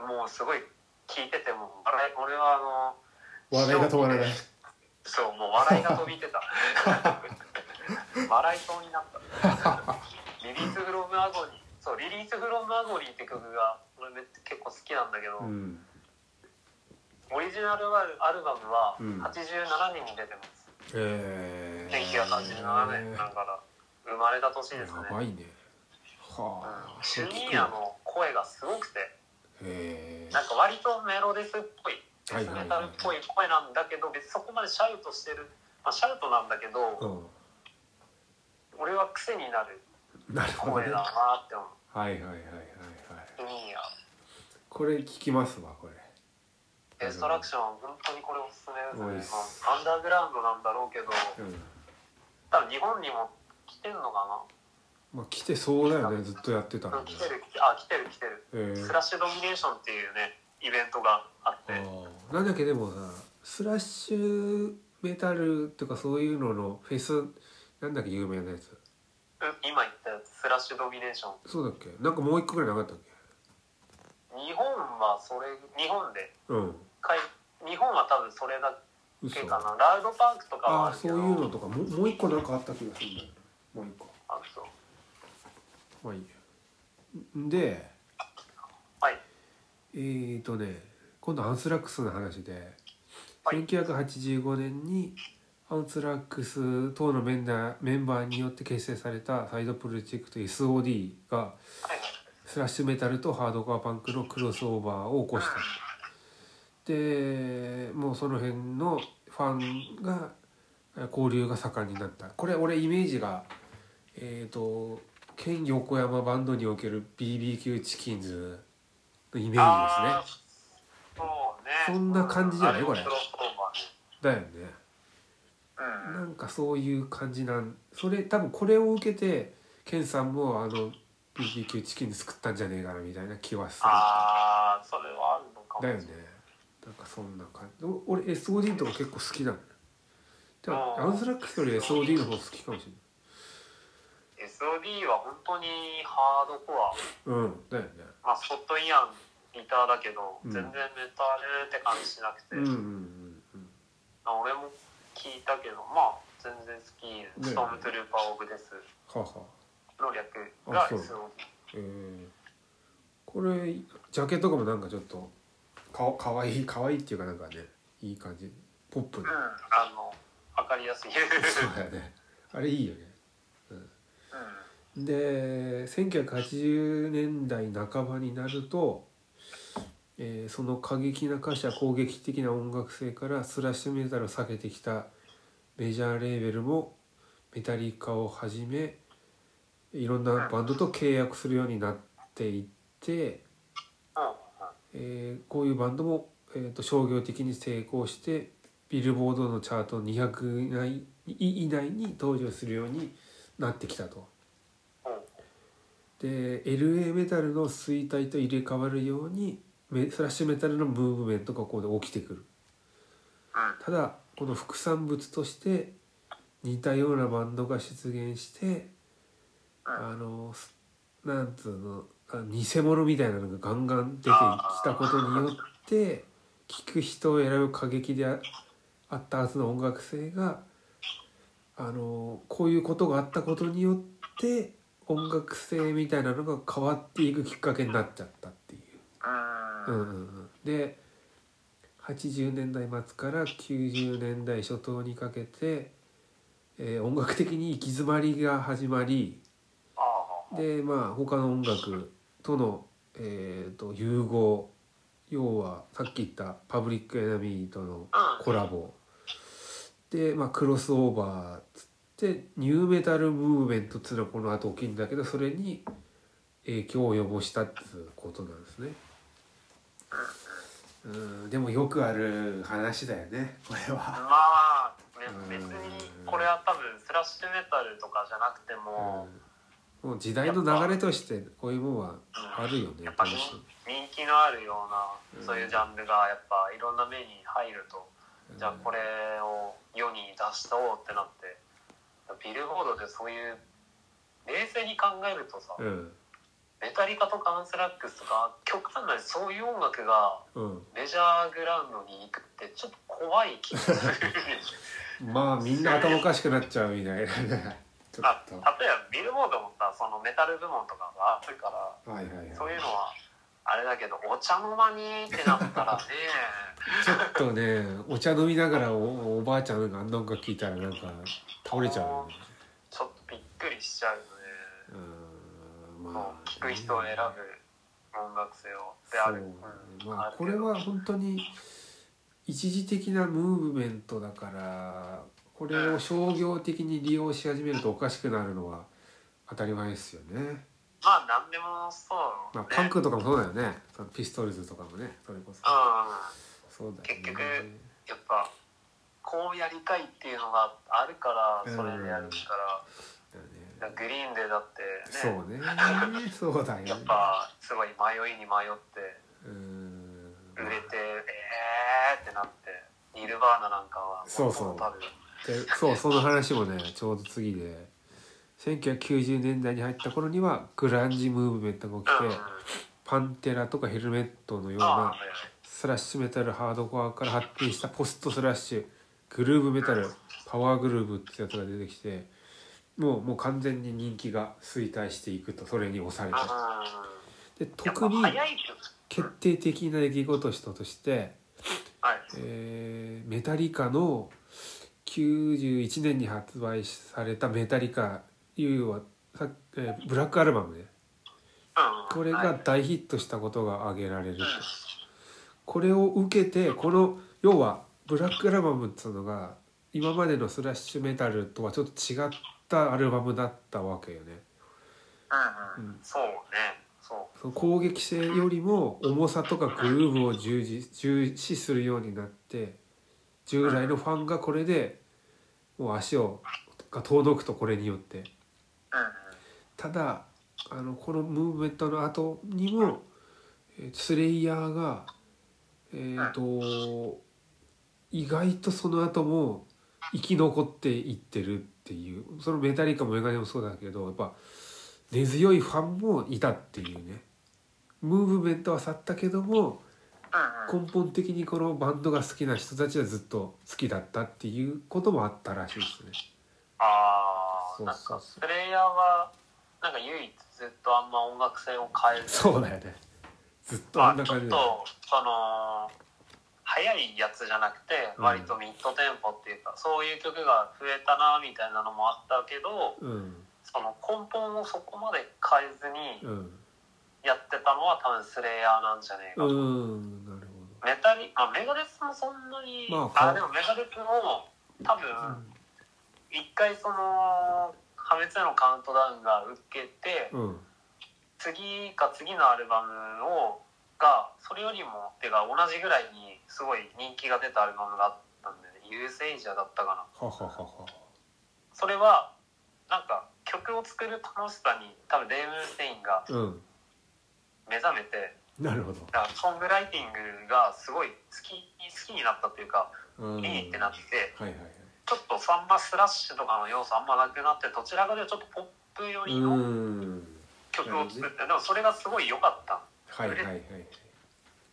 D: もうすごい聴いてても笑い俺はあの
C: 笑いが止まらない
D: そうもう笑いが飛び出た笑いそうになったリリース・フロム・アゴリそうリリース・フロム・アゴリって曲が俺めっちゃ結構好きなんだけど、
C: うん
D: オリジナルアルアルバムは
C: うん
D: 87年に出てます、
A: ええ
D: 1987年だから生まれた年ですね
A: やばいねは
D: う
A: あ
D: んシュニーヤの声がすごくて
A: へえ
D: なんか割とメロデスっぽいデ
A: はい
D: ス
A: はいはい
D: メタルっぽい声なんだけど別にそこまでシャウトしてる、まあ、シャウトなんだけ
C: う
D: ど
C: ん
D: 俺は癖になる
C: なるほど
D: 声
C: ね
D: だなって思う
C: はいはいはいはいはい
D: シュニーヤ
C: これ聞きますわこれ
D: デストラクションは本当にこれおすすめですね、
C: おいっす
D: まあアンダーグラウンドなんだろうけど
C: うん
D: 多分日本にも来てるのか
C: まあ来てそうだよねずっとやってた
D: な、
C: の
D: うん
C: ね
D: 来てる来てあ来てる来てる
C: え
D: ス
C: ー
D: ラッシュドミネーションっていうねイベントがあって
C: あーなんだっけでもさスラッシュメタルとかそういうののフェスなんだっけ有名なやつ
D: うん今言ったやつスラッシュドミネーション
C: そうだっけなんかもう一個ぐらいなかったっけ
D: 日本はそれ日本で
C: うん
D: かい日本は多分それだ
C: 嘘
D: けかなラウドパークとかは
C: あ
D: あ
C: あ
D: る
C: そ
D: け
C: うい
D: ど
C: うのとかももう一個なんかあった気がするんだよもう一個
D: あそう
C: まあいいやんで
D: はい
C: えーとね今度アンスラックスの話で、
D: はい
C: 1985年にアンスラックス等のメンバーメンバーによって結成されたサイドプロジェクト SOD が
D: はい
C: スラッシュメタルとハードコアパンクのクロスオーバーを起こした。でもうその辺のファンがえー交流が盛んになったこれ俺イメージがえっ、と県横山バンドにおける BBQ チキンズのイメージ
D: あ
C: ですね
D: ーそう
C: そ
D: ね
C: んな感じじゃない
D: うん
C: これ
D: あもクロスオ
C: だよね
D: ーバーねうん
C: なんかそういう感じなんそれ多分これを受けて健さんもあの BBQ チキンズ作ったんじゃねえかなみたいな気はする
D: ああそれはあるのかも
C: だよねなんかそんな感じお俺 SOD とか結構好きなのでも
D: あ
C: ア
D: ー
C: ンスラックスより SOD の方好きかもしれない
D: SOD 2D は本当にハードコア、
C: うんだよね
D: まあ、スポットイアンギターだけど、
C: うん
D: 全然メタルって感じしなくて、
C: うんうんうん
D: まあ俺も聞いたけど、まあ、全然好きです、
C: ね
D: ストームトゥルーパー・オブ・デス
C: はあはあ
D: の略が
C: あそう
D: SOD。
C: えーこれジャケットとかもなんかちょっとかわかわいいかわいいっていうかなんかねいい感じポップ
D: うん、
C: な
D: あの、わかりやすい。
C: そう
D: う
C: だよねあれいいよね
D: ん、
C: で1980年代半ばになると、えーその過激な歌詞や攻撃的な音楽性からスラッシュメタルを避けてきたメジャーレーベルもメタリカをはじめいろんなバンドと契約するようになっていって、
D: うん、
C: えーこういうバンドも、えー、と商業的に成功してビルボードのチャート200以内以内に登場するようになってきたと。
D: うん、うん。
C: で LA メタルの衰退と入れ替わるようにメスラッシュメタルのムーブメントがここで起きてくるただこの副産物として似たようなバンドが出現してあのすなんつうのあ偽物みたいなのがガンガン出てきたことによって聴く人を選ぶ過激でああったはずの音楽性があのこういうことがあったことによって音楽性みたいなのが変わっていくきっかけになっちゃったっていう。うんうんうん、で80年代末から90年代初頭にかけて、えー音楽的に行き詰まりが始まり
D: ああ
C: でまあ他の音楽との、えー、と融合要はさっき言ったパブリックエナミーとの
D: うん
C: コラボで、まあ、クロスオーバーっつってニューメタルムーブメントっつうのはこの後起きるんだけどそれに影響を及ぼしたっていうことなんですね。うんでもよくある話だよねこれは。
D: まあ、ね
C: うん、
D: 別にこれは多分スラッシュメタルとかじゃなくても、
C: うんもう時代の流れとしてこういうもんはあるよね。
D: やっぱ
C: ど
D: 人
C: うしても
D: 人気のあるよ
C: う
D: う
C: ん
D: なそういうジャンルがやっぱいろんな目に入ると、
C: うん
D: じゃあこれを世に出しおうってなってビルボードでそういう冷静に考えるとさ、
C: うん
D: メタリカとかアンスラックスとか極端なそういう音楽が
C: うん、
D: メジャーグラウンドに行くってちょっと怖い気がす る
C: まあみんな頭おかしくなっちゃうみたいなねちょ
D: あ
C: っ
D: 例え
C: と
D: ばビルボードもさそのメタル部門とかがあるから。
C: はいはいはい
D: そういうのはあれだけどお茶の間にってなったらね
C: ちょっとねお茶飲みながらおおばあちゃんがあんな音楽聞いたらなんか倒れちゃうよね
D: ちょっとびっくりしちゃうよね
C: うーん
D: も
C: ま
D: う
C: あ
D: 聞く人を選ぶ音楽性をであ
C: そう
D: る
C: ね
D: うん
C: まあ
D: る
C: これは本当に一時的なムーブメントだからこれを商業的に利用し始めるとおかしくなるのは当たり前ですよね、
D: まあ何でもそう
C: ま
D: ね
C: あ、パンクとかもそうだよねそのピストルズとかもねそれこそ
D: う
C: そうだよね
D: 結局んやっぱこうやりたいっていうのがあるからそれでやるか
C: だ
D: ら,、
C: よね
D: グリーンでだって
C: そ
D: ね
C: うねそうだよね
D: やっぱすごい迷いに迷って
C: うーん
D: 売れてえーってなってニルバーナなんかはも
C: そうそう
D: 多分
C: でそうその話もねちょうど次で1990年代に入った頃にはグランジムーブメントが
D: うん
C: 起きてパンテラとかヘルメットのよう
D: あ
C: な
D: あ
C: スラッシュメタルハードコアから発展したポストスラッシュグルーブメタルパワーグルーブってやつが出てきてもうもう完全に人気が衰退していくとそれに押されて
D: う
C: で
D: ん
C: 特に
D: やっぱ早いけど
C: 決定的な出来事として
D: はい
C: えーメタリカの91年に発売された「メタリカ U は」さえーブラックアルバムね
D: うん
C: これ
D: はい
C: が大ヒットしたことが挙げられるとこれを受けてこの要はブラックアルバムっていうのが今までのスラッシュメタルとはちょっと違ったアルバムだったわけよね
D: うん
C: う
D: うんそうねそう
C: その攻撃性よりも重さとかグルーブを重視重視するようになって従来のファンがこれでもう足をが遠のくとこれによって
D: うんうん
C: ただあのこのムーブメントの後にも、えースレイヤーがえっ、と意外とその後も生き残っていってるっていうそのメタリカもメガネもそうだけどやっぱ根強いファンもいたっていうねムーブメントは去ったけども
D: うんうん
C: 根本的にこのバンドが好きな人たちはずっと好きだったっていうこともあったらしいですね。
D: ああ
C: そう
D: なん
C: そう
D: か
C: そう
D: プレイヤーはなんか唯一ずっとあんま音楽性を変えず
C: そうだよねずっと
D: ま
C: あ
D: あ
C: んな
D: ちょっ
C: 感じだよ
D: とその早いやつじゃなくて
C: うん
D: 割とミッドテンポっていうか、そういう曲が増えたなみたいなのもあったけど
C: うん
D: その根本をそこまで変えずに
C: うん
D: やってたのは多分スレイヤーなんじゃねえか
C: う
D: と、
C: んなるほど
D: メタリ、まあ、メガデスもそんなに、
C: まあ
D: あ、でもメガデスも多分一回その破滅へのカウントダウンが受けて、
C: うん
D: 次か次のアルバムをがそれよりもてか同じぐらいにすごい人気が出たアルバムがあったんでね「ユーセイジャー」だったかな
C: はははは
D: それはなんか曲を作る楽しさに多分デーブ・ステインが
C: うん
D: 目覚めて
C: なるほど
D: だからソングライティングがすごい好き好きになったっていうか
C: うん
D: いいってなってて
C: はいはいはい
D: ちょっとサンバスラッシュとかの要素あんまなくなってどちらかというとちょっとポップ寄りの
C: ん
D: 曲を作ってでもそれがすごい良かった
C: はいはいはい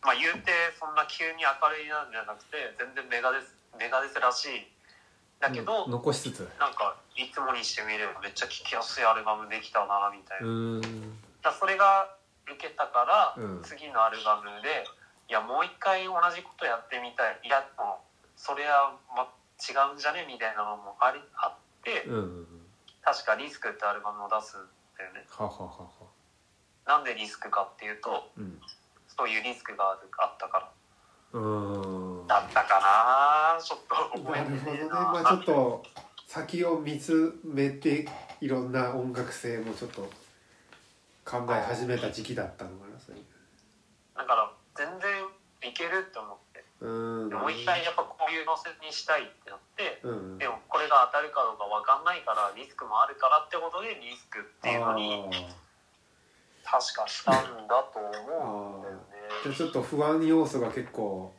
D: まあ言うてそんな急に明るいなんじゃなくて全然メガデスメガデスらしいだけど、
C: うん残しつつ
D: なんかいつもにしてみればめっちゃ聴きやすいアルバムできたなみたいな、
C: う
D: だ
C: ん
D: からそれが受けたから、
C: うん
D: 次のアルバムでいやもう一回同じことやってみたいいやもうそれは、ま、違うんじゃねみたいなのもありあって、
C: うん
D: 確か「リスク」ってアルバムを出すんだよね
C: はははは
D: なんでリスクかっていうと
C: うん
D: そういうリスクがあるあったから
C: うん
D: だったかなちょっと覚
C: な
D: え
C: る
D: て
C: ほど
D: ね
C: ね
D: えな
C: まあちょっと先を見つめていろんな音楽性もちょっと考え始めた時期だったのかなそれ
D: だから全然いけるって思って
C: うん
D: でもう一回やっぱこういうのせにしたいってなって
C: うん
D: でもこれが当たるかどうか分かんないからリスクもあるからってことでリスクっていうのに
C: あー
D: 確かしたんだと思うんだよね
C: じゃあちょっと不安要素が結構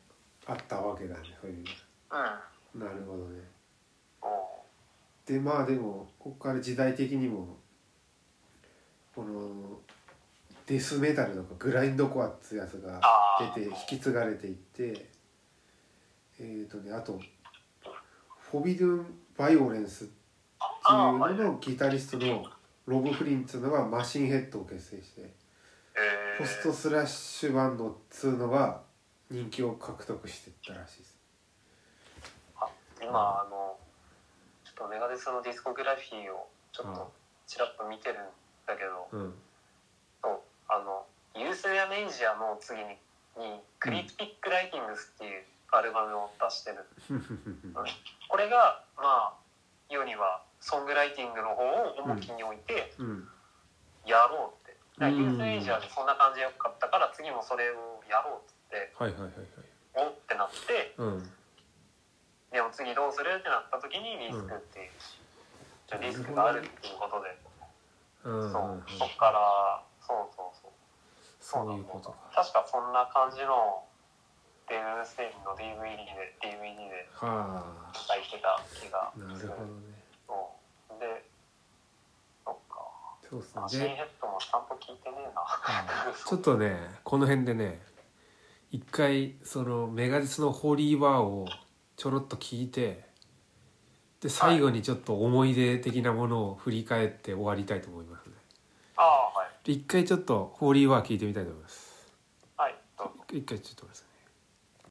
C: あったわけだねそういう
D: うん
C: なるほどね
D: こ
C: でまあでもここから時代的にもこのデスメタルとかグラインドコアっていうやつが出て
D: あー
C: 引き継がれていってえっ、とねあと「フォビドゥン・バイオレンス」っていう
D: ああ
C: ののギタリストのロブ・フリンっていうのがマシンヘッドを結成して
D: うえ
C: ポストスラッシュバンドっつうのが人気を獲得していったらしいです。
D: 今あのちょっとメガデスのディスコグラフィーをちょっ
C: ああ
D: とちらっと見てるんだけど
C: うん
D: そうあの「ユース・アメイジア」の次にに「クリティック・ライティングス」っていうアルバムを出してるこれがまあ世にはソングライティングの方を重きに置いて
C: うん
D: やろうって、
C: う
D: だから
C: ん
D: ユース・エイジアでそんな感じでよかったから次もそれをやろうっつって
C: はいはいはいはい。
D: おってなって
C: うん
D: でも次どうするってなった時にリスクっていう、じゃあリスクがあるっていうことで、
C: うんうん
D: そう
C: うん
D: そっからそうそうそう
C: そういうことか。
D: 確かそんな感じのデーブ・ステインの DVD で DVD で
C: は
D: 書いてた気が
C: あ、な
D: す
C: る
D: る
C: ほどね。
D: そうでそっか
C: そうで
D: マ
C: す
D: シン
C: ね。
D: ヘッドもちゃんと聞いてねえな
C: ちょっとね、この辺でね、一回そのメガディスのホーリーバーをちょろっと聞いて、で最後にちょっと思い出的なものを振り返って終わりたいと思いますね。
D: ああはい
C: で一回ちょっとホーリーバー聞いてみたいと思います。
D: はいどうぞ
C: 一回ちょっと待ってくださいね。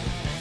E: 「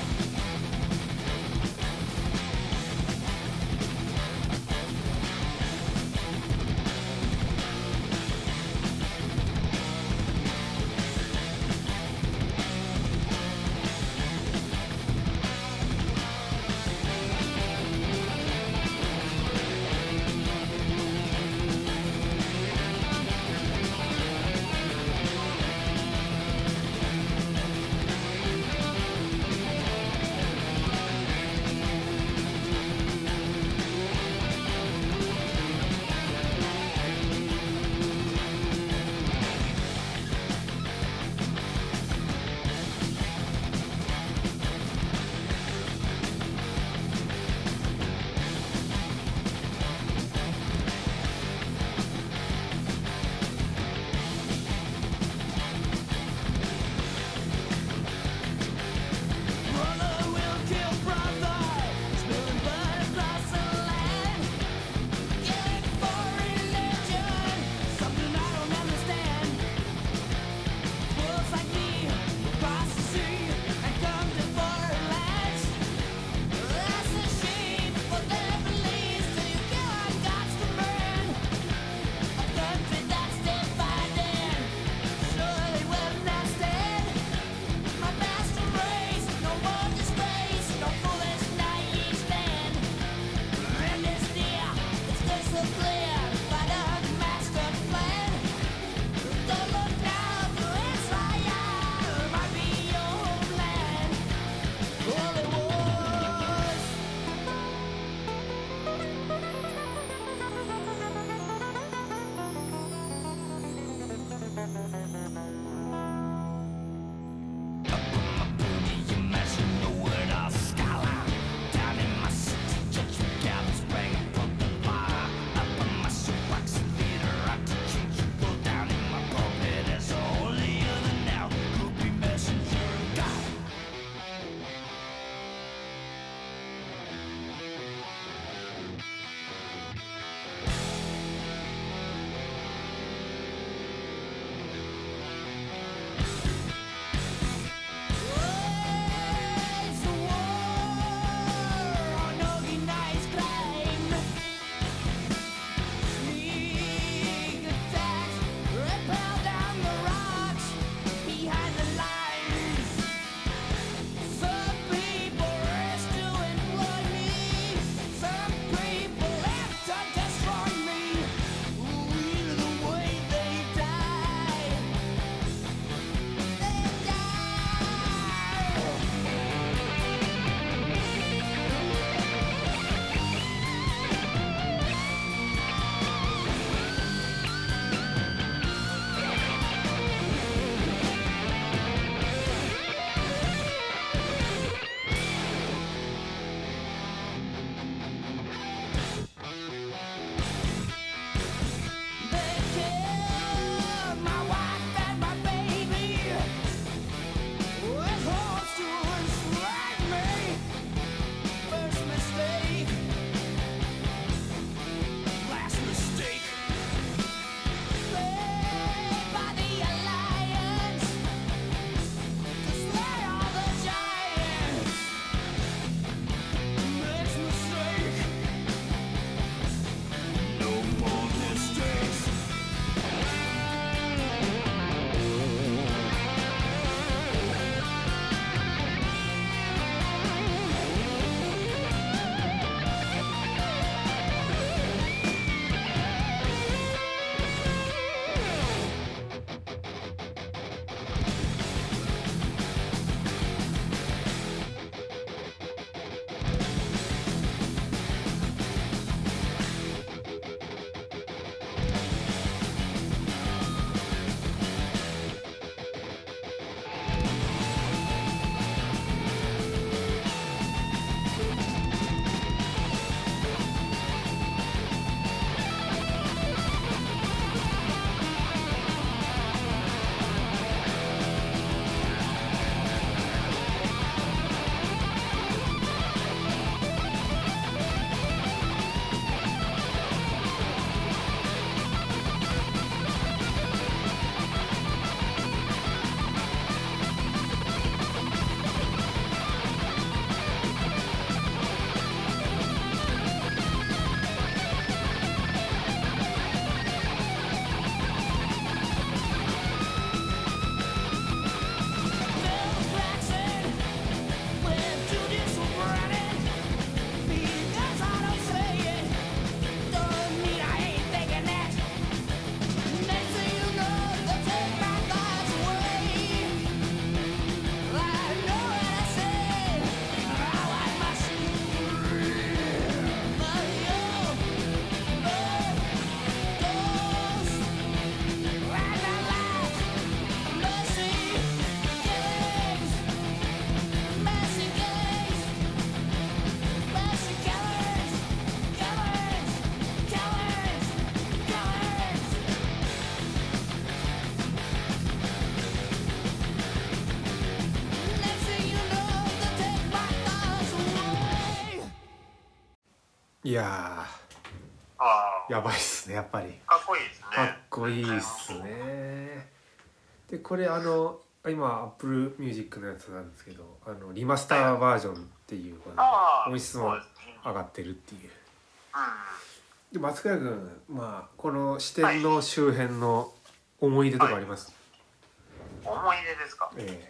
C: いや
D: あ
C: ーやばいっすねやっぱり
D: あ、かっこいいですね。
C: かっこいいっすねでこれあの今 Apple Music のやつなんですけどあのリマスターバージョンっていうこ
D: ああ、
C: とで音質
D: そ
C: も
D: うですね。
C: 上がってるっていう
D: う
C: で松倉君まあこの四天王周辺の思い出とかあります、
D: ん。思い出ですか。
C: え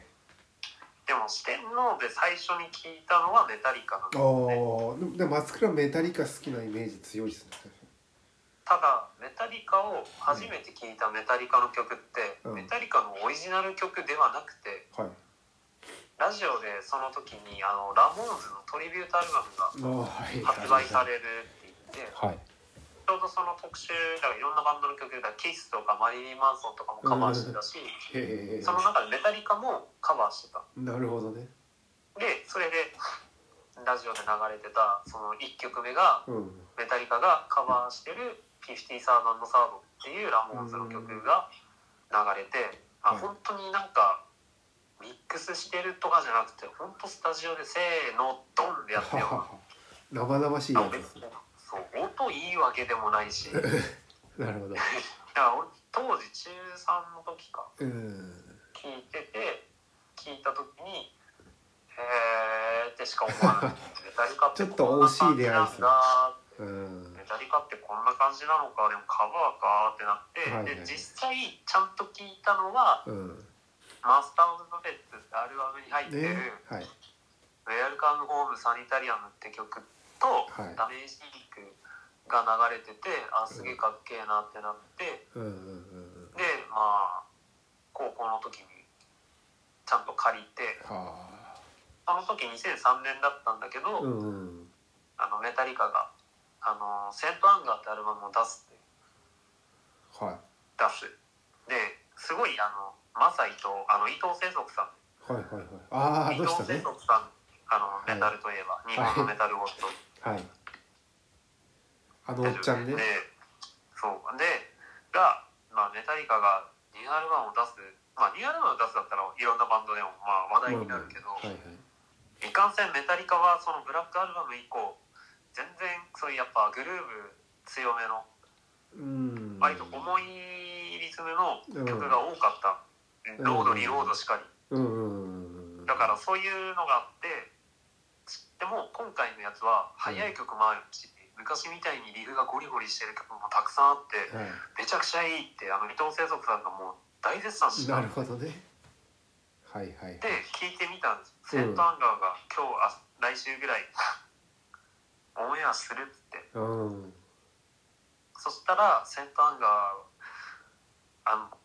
D: でも、四天王で最初に聞いたのはメタリカな
C: え
D: んですよね。
C: おーででも松倉メタリカ好きなイメージ強いですね
D: ただ、メタリカを初めて聞いたメタリカの曲って、
C: うん
D: メタリカのオリジナル曲ではなくて、
C: はい
D: ラジオでその時にあのラモーンズのトリビュートアルバムが
C: あはい
D: 発売されるって言って、
B: はい
D: ちょうどその特集だからいろんなバンドの曲だからキスとかマリリン・マンソンとかもカバーしてたし、
C: へえ
D: その中でメタリカもカバーしてた
C: なるほどね
D: でそれでラジオで流れてたその1曲目が
C: うん
D: メタリカがカバーしてる「フィフティサードサード」っていうラモーンズの曲が流れて、
C: う
D: あ
C: ん
D: 本当になんかミックスしてるとかじゃなくて本当スタジオでせーのドンでやってような
C: 生々しい
D: な
C: や
D: ん
C: つ
D: で
C: ですね
D: そう音いいわけでもないしだか
C: なるほど
D: ら俺当時中3の時か
C: うん
D: 聞いてて聞いた時に「へーってしか思わなくてメタリカってこんな感 じなんだ
C: うん
D: メタリカってこんな感じなのかでもカバーか」ってなって、
C: はいはい
D: で実際ちゃんと聞いたのは
C: うん
D: 「マスター・オブ・パペッツ」ってアルバムに入ってる
C: ねはい
D: 「ウェルカム・ホーム・サニタリアム」って曲と「
C: はい
D: ダメージ・リーク」が流れててあすげえかっけえなってなって
C: うんうんうんうん
D: でまあ高校の時にちゃんと借りて。
C: は
D: その時2003年だったんだけど、
C: あうんうん
D: あのメタリカが「あのセント・アンガー」ってアルバムを出すって
C: はい
D: 出すですごいあのマサイとあの伊藤清足さ
C: はいはいはいああー
D: ん伊
C: どう
D: 藤
C: した
D: 清
C: ね
D: 足さんあの
C: い
D: メタルといえば、日本のメタルゴッド
C: はいあのおっちゃんね
D: でそうでが、まあ、メタリカがニューアルバムを出すまあニューアルバムを出すだったらいろんなバンドでもまあ話題になるけど、
C: はいはい
D: いかんせんメタリカはそのブラックアルバム以降全然そういうやっぱグルーブ強めの
C: うん
D: 割と重いリズムの曲が多かった、
C: うん
D: ロードリロードしかり、
C: うんうんうん
D: だからそういうのがあってでも今回のやつは速い曲もあるし、昔みたいにリフがゴリゴリしてる曲もたくさんあって
C: らは
D: めちゃくちゃいいってあの伊藤清則さんがもう大絶賛し
C: い
D: てた
C: な
D: で
C: るほどねはいはいはい
D: 聞いてみたんです
C: うん
D: セントアンガーが今日あ来週ぐらいオンエアするっつって
C: うん
D: そしたらセントアンガーあの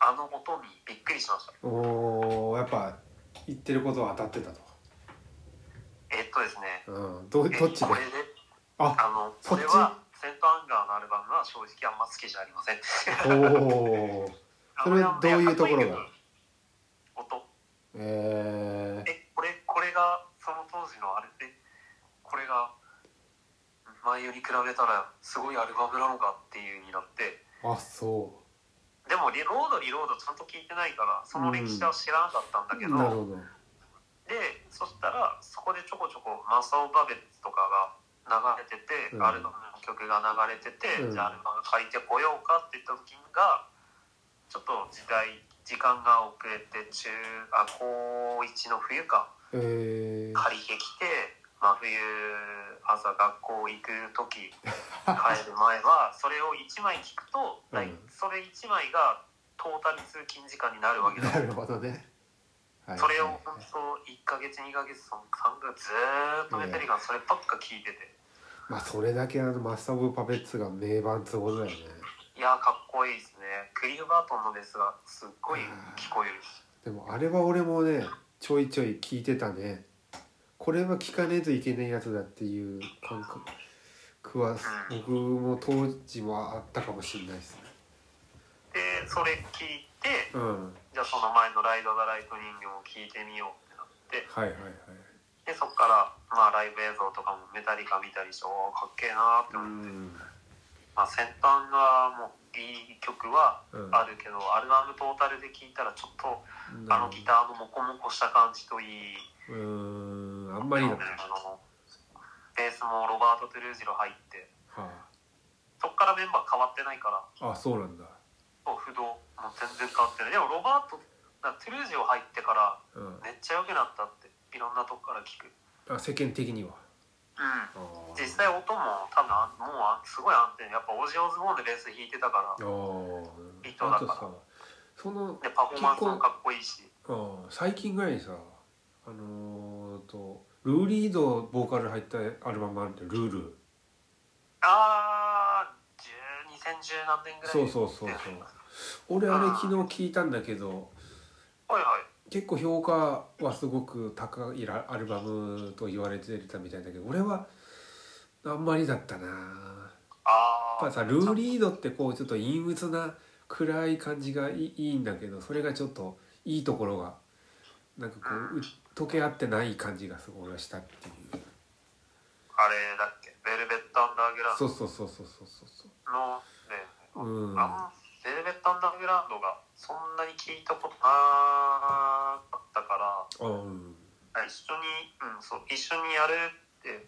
D: あの音にびっくりしました
C: おーやっぱ言ってることは当たってたと
D: えっとですね
C: うんどどっ
D: え
C: ちで
D: これで
C: あ
D: あの
C: そ
D: こ
C: っち
D: れはセントアンガーのアルバムは正直あんま好きじゃありません
C: おおーそれどういうところが
D: あの音
C: え
D: えこれこれがその当時のあれでこれが前より比べたらすごいアルバムなのかっていうになって
C: ー、あそ
D: でもリロードリロードちゃんと聞いてないからその歴史は知らなかったんだ
C: う
D: けど、
C: なるほど
D: でそしたらそこでちょこちょこマサオ・バベッツとかが流れてて、
C: うん
D: アルバムの曲が流れてて、
C: うん
D: じゃあアルバム借りてこようかって言った時がちょっと時代時間が遅れて中あ高1の冬か
C: えー、
D: 借りてきて、まあ、冬朝学校行く時帰る 前はそれを1枚聞くと、
C: うん
D: だいそれ1枚がトータル通勤時間になるわけだ
C: なるほどねはい
D: それを
C: はい
D: 本当1ヶ月2ヶ月3ヶ月ずーっとメタリカのそればっか聞いてて
C: まあそれだけあのマスター・オブ・パペッツが名盤ってことだよね
D: いやーかっこいいですねクリフ・バートンのベースがすっごい聞こえる
C: でもあれは俺もねちょいちょい聞いてたねこれは聞かねえといけないやつだっていう感覚は僕も当時はあったかもしれないですね
D: でそれ聞いて
C: うん
D: じゃあその前の「ライド・ザ・ライトニング」も聞いてみようってなって
C: はいはいはい
D: でそっからまあライブ映像とかもメタリカ見たりしておーかっけえなーって
C: う
D: 思って、
C: ん
D: まあ、先端がもういい曲は
C: うん
D: あるけど、アルバムトータルで聞いたらちょっとあのギターのモコモコした感じといい
C: うんあんまりだ
D: あのベースもロバート・トゥルージロ入って
C: は
D: そこからメンバー変わってないから
C: ああそうなんだ
D: そう不動もう全然変わってないでもロバートなトゥルージロ入ってから
C: うん
D: めっちゃ良くなったっていろんなとこから聞く
C: あ世間的には
D: うん
C: ああ
D: 実際音も多分あもうあすごい安定やっぱオジオズボーンでレース弾いてたから
C: あ
D: ビー
C: あ
D: トだ
C: あ
D: か
C: と
D: ら
C: さその
D: でパフォーマンスもかっこいいし
C: ああ最近ぐらいにさあのー、とルーリードボーカル入ったアルバムあるんだよルール
D: ああ2010何年ぐらい
C: そうそうそうそう俺あれ昨日聞いたんだけど
D: はいはい
C: 結構評価はすごく高いらアルバムと言われてたみたいだけど俺はあんまりだったな
D: あ
C: やっぱさルーリードってこうちょっと陰鬱な暗い感じがいいいいんだけどそれがちょっといいところがなんかこうう溶け合ってない感じがすごい俺はしたっていう
D: あれだっけベルベット・アンダーグラウン
C: そうそうそうそうそうそうそう
D: ドのね
C: うん
D: あんベルベット・アンダーグラウンドがそんなに聞いたことなかったから
C: うん
D: 一緒に、うん、そう一緒にやるって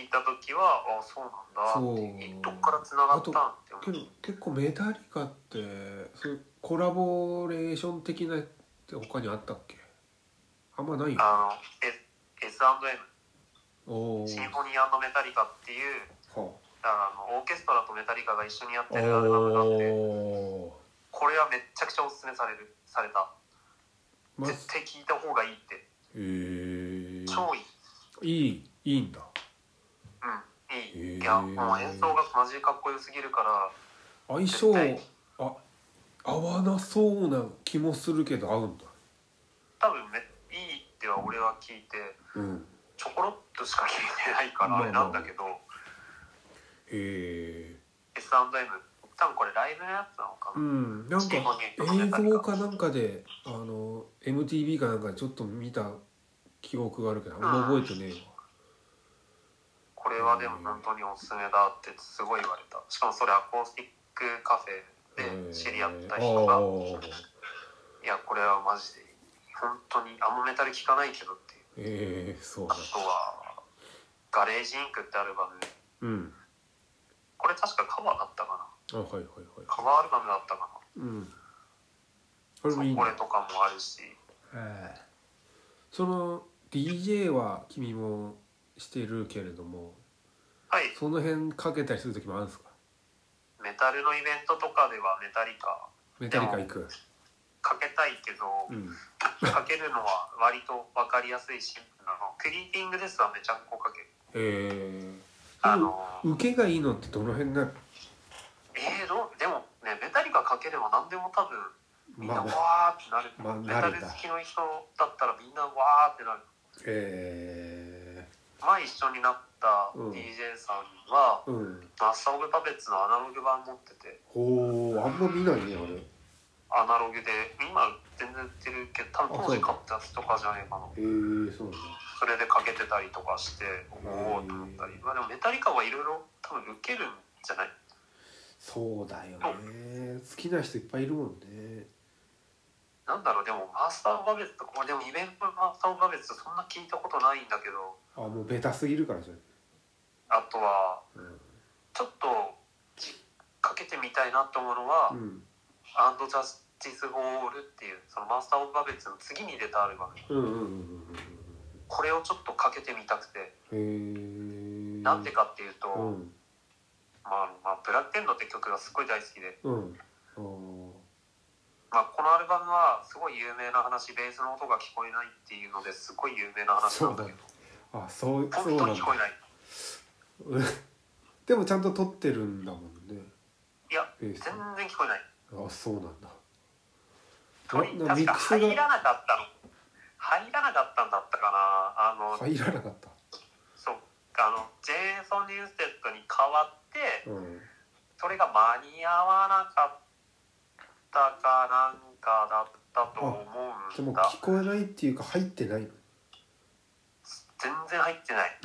D: 聞いた時はあそうなんだって
C: そう
D: どっから繋がったんっ
C: け
D: て思
C: ど
D: う
C: 結構メタリカってそういうコラボレーション的なって他にあったっけあんまないよ
D: あのエ S&M
C: おお
D: シンフォニーメタリカっていう
C: は
D: だからあのオーケストラとメタリカが一緒にやっ
C: あ
D: てるアルバムなんで
C: おー
D: これはめっちゃくちゃおすすめされるされた
C: ま
D: 絶対聞いた方がいいって
C: えー、
D: 超いい
C: いいいいんだ
D: うんいい、
C: へー
D: いやもう演奏がマジでかっこよすぎるから
C: 相性
D: 絶対
C: あ合わなそうな気もするけど合うんだ
D: 多分めいいっては俺は聞いて
C: うん
D: ちょころっとしか聞いてないから
C: まあ
D: あれなんだけど、
C: へえ
D: S&M 多分これライブのやつなのか
C: う
D: な、
C: んなんか映像かなんかであの MTV かなんかでちょっと見た記憶があるけどあんま覚えてねえわ
D: これはでも本当におすすめだってすごい言われたしかもそれアコースティックカフェで知り合った人が、いやこれはマジで本当にあんまメタル聞かないけどっていう
C: ええー、そう
D: あ
C: だ
D: とは「ガレージインク」ってアルバム
C: うん
D: これ確かカバーだったかな
C: あはいはいはい
D: カバーアルバムだったかな
C: うんこれ
D: そ
C: もいい
D: うんこ
C: だ
D: れとかもあるし
C: ええその DJ は君もしてるけれども
D: はい
C: その辺かけたりする時もあるんですか
D: メタルのイベントとかではメタリカ
C: メタリカ行く
D: かけたいけど
C: うん
D: かけるのは割と分かりやすいしあのクリーピングですはめちゃんこかける
C: ええ
D: あの
C: 受けがいいのってどの辺な
D: えー、どうでもねメタリカかければ何でも多分みん
C: ま
D: な
C: あ
D: わーってなる、
C: まあ
D: メタ
C: 慣れ
D: ル
C: た
D: 好きの人だったらみんなわーってなる
C: え
D: 前一緒になった
C: うん
D: DJ さんは、
C: えうん
D: マスター・オブ・パペッツのアナログ版持ってて
C: ほうあんま見ないねあれ
D: アナログで今全然売ってるけど多分
C: あ
D: 当
C: そう
D: 時買ったやつとかじゃねえかな
C: ええそうなんだ
D: それでかけてたりとかしておお
C: うん
D: と思ったりまあでもメタリカはいろいろ多分受けるんじゃない
C: そうだよね好きな人いっぱいいるもんね
D: なんだろうでもマスター・オブ・パペッツとか俺でもイベントマスター・オブ・パペッツそんな聞いたことないんだけど
C: あもうベタすぎるからそれ
D: あとは
C: うん
D: ちょっとじかけてみたいなと思うのは
C: う
D: 「
C: ん
D: アンド・ジャスティス・ゴール」っていうそのマスター・オブ・パペッツの次に出たアルバム
C: うんうんうんうん
D: これをちょっとかけてみたくて
C: うんへえ
D: なんでかっていうと、
C: うん
D: まあまあ、ブラックエンドって曲がすごい大好きで、
C: うんあー
D: まあ、このアルバムはすごい有名な話ベースの音が聞こえないっていうのですごい有名な話なんだけど
C: あそうそう
D: 本当
C: な
D: に
C: ん
D: 聞こ
C: だ
D: えない
C: でもちゃんと撮ってるんだもんね
D: いや
C: ベース
D: 全然聞こえない
C: あそうなんだ
D: 鳥
C: ななミ
D: 確か
C: ックス
D: 入らなかったの入らなかったんだったかなあの、
C: 入らなかった
D: そうあのジェイソン・ニューステッドに変わって
C: うん
D: それが間に合わなかったかなんかだったと思
C: で
D: う
C: も
D: んだ
C: 聞こえないっていうか入ってないの
D: 全然入ってない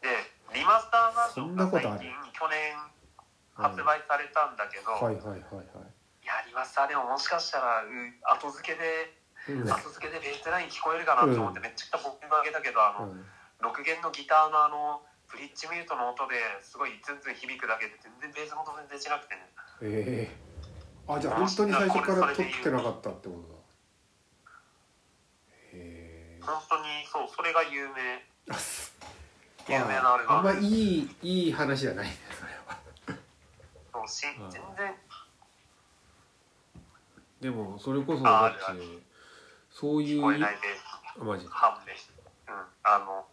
D: でリマスターバージョンが
C: そんなこ
D: 最
C: とある
D: 近去年発売されたんだけど、
C: はい
D: い、
C: はいはいはい
D: やリマスターでももしかしたら、うん、後付けで
C: うん
D: 後付けでベースライン聞こえるかなと思って、
C: うん
D: めっちゃくちゃ僕が上げたけどあ
C: う
D: の、
C: ん
D: 6弦のギターのあのブリッジミュートの音ですごいズンズン響くだけで全然ベースの音全然しなくてね
C: えー、あじゃあ本当に最初から撮ってなかったってことだ
A: え
D: 本当にそうそれが有名
C: あす
D: 有名なあれ
C: あんま
D: が
C: いいいい話じゃないねそれは
D: そうし
C: うん
D: 全然
C: でもそれこそだ
D: あ
C: ってそうい
D: 聞
C: う
D: こえないベース
C: あマジ
D: 判明うんあの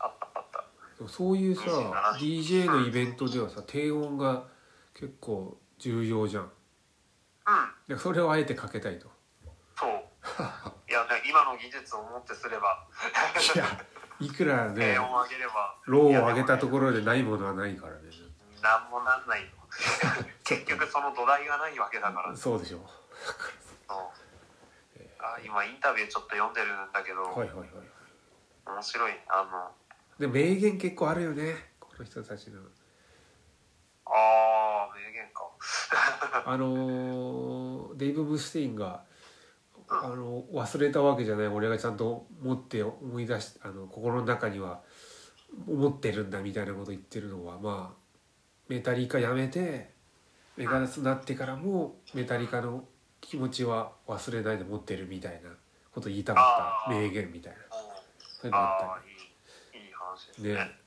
D: あったあった
C: でもそういうさ
D: 27
C: DJ のイベントではさ低音が結構重要じゃん
D: うん
C: でそれをあえてかけたいと
D: そ ういやね今の技術をもってすれば
C: いやいくらね
D: 低音を上げれば
C: ローを上げたところでないものはないからね
D: なんもなんないよ結局その土台がないわけだから
C: そうでしょ
D: そうあ今インタビューちょっと読んでるんだけど、
C: はいはいはい
D: 面白いあの
C: で名言結構あるよねこの人たちの
D: ああ名言か
C: あのーデイブ・ブスティンがあの忘れたわけじゃない俺がちゃんと持って思い出しあの心の中には思ってるんだみたいなこと言ってるのはまあメタリカやめてメガネスになってからもメタリカの気持ちは忘れないで持ってるみたいなこと言いたかった
D: あー
C: 名言みたいなそういうのあったり
D: ああーいいいい話ですね
C: ね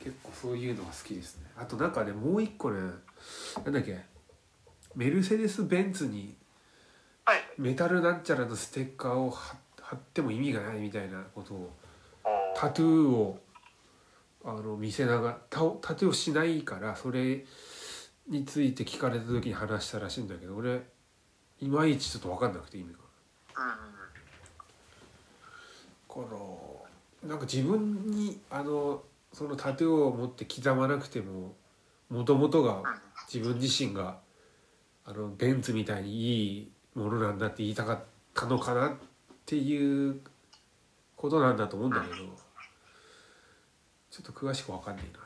C: 結構そういうのが好きですねあとなんかねもう一個ねなんだっけメルセデス・ベンツに
D: はい
C: メタルなんちゃらのステッカーを貼貼っても意味がないみたいなことを
D: おー
C: タトゥーをあの見せながらタタトゥーをしないからそれについて聞かれた時に話したらしいんだけど俺いまいちちょっと分かんなくて意味が。
D: うんうん
C: からなんか自分にあのそのタトゥーを持って刻まなくてももともとが
D: うん
C: 自分自身があのベンツみたいにいいものなんだって言いたかったのかなっていうことなんだと思うんだけどちょっと詳しく分かんないなって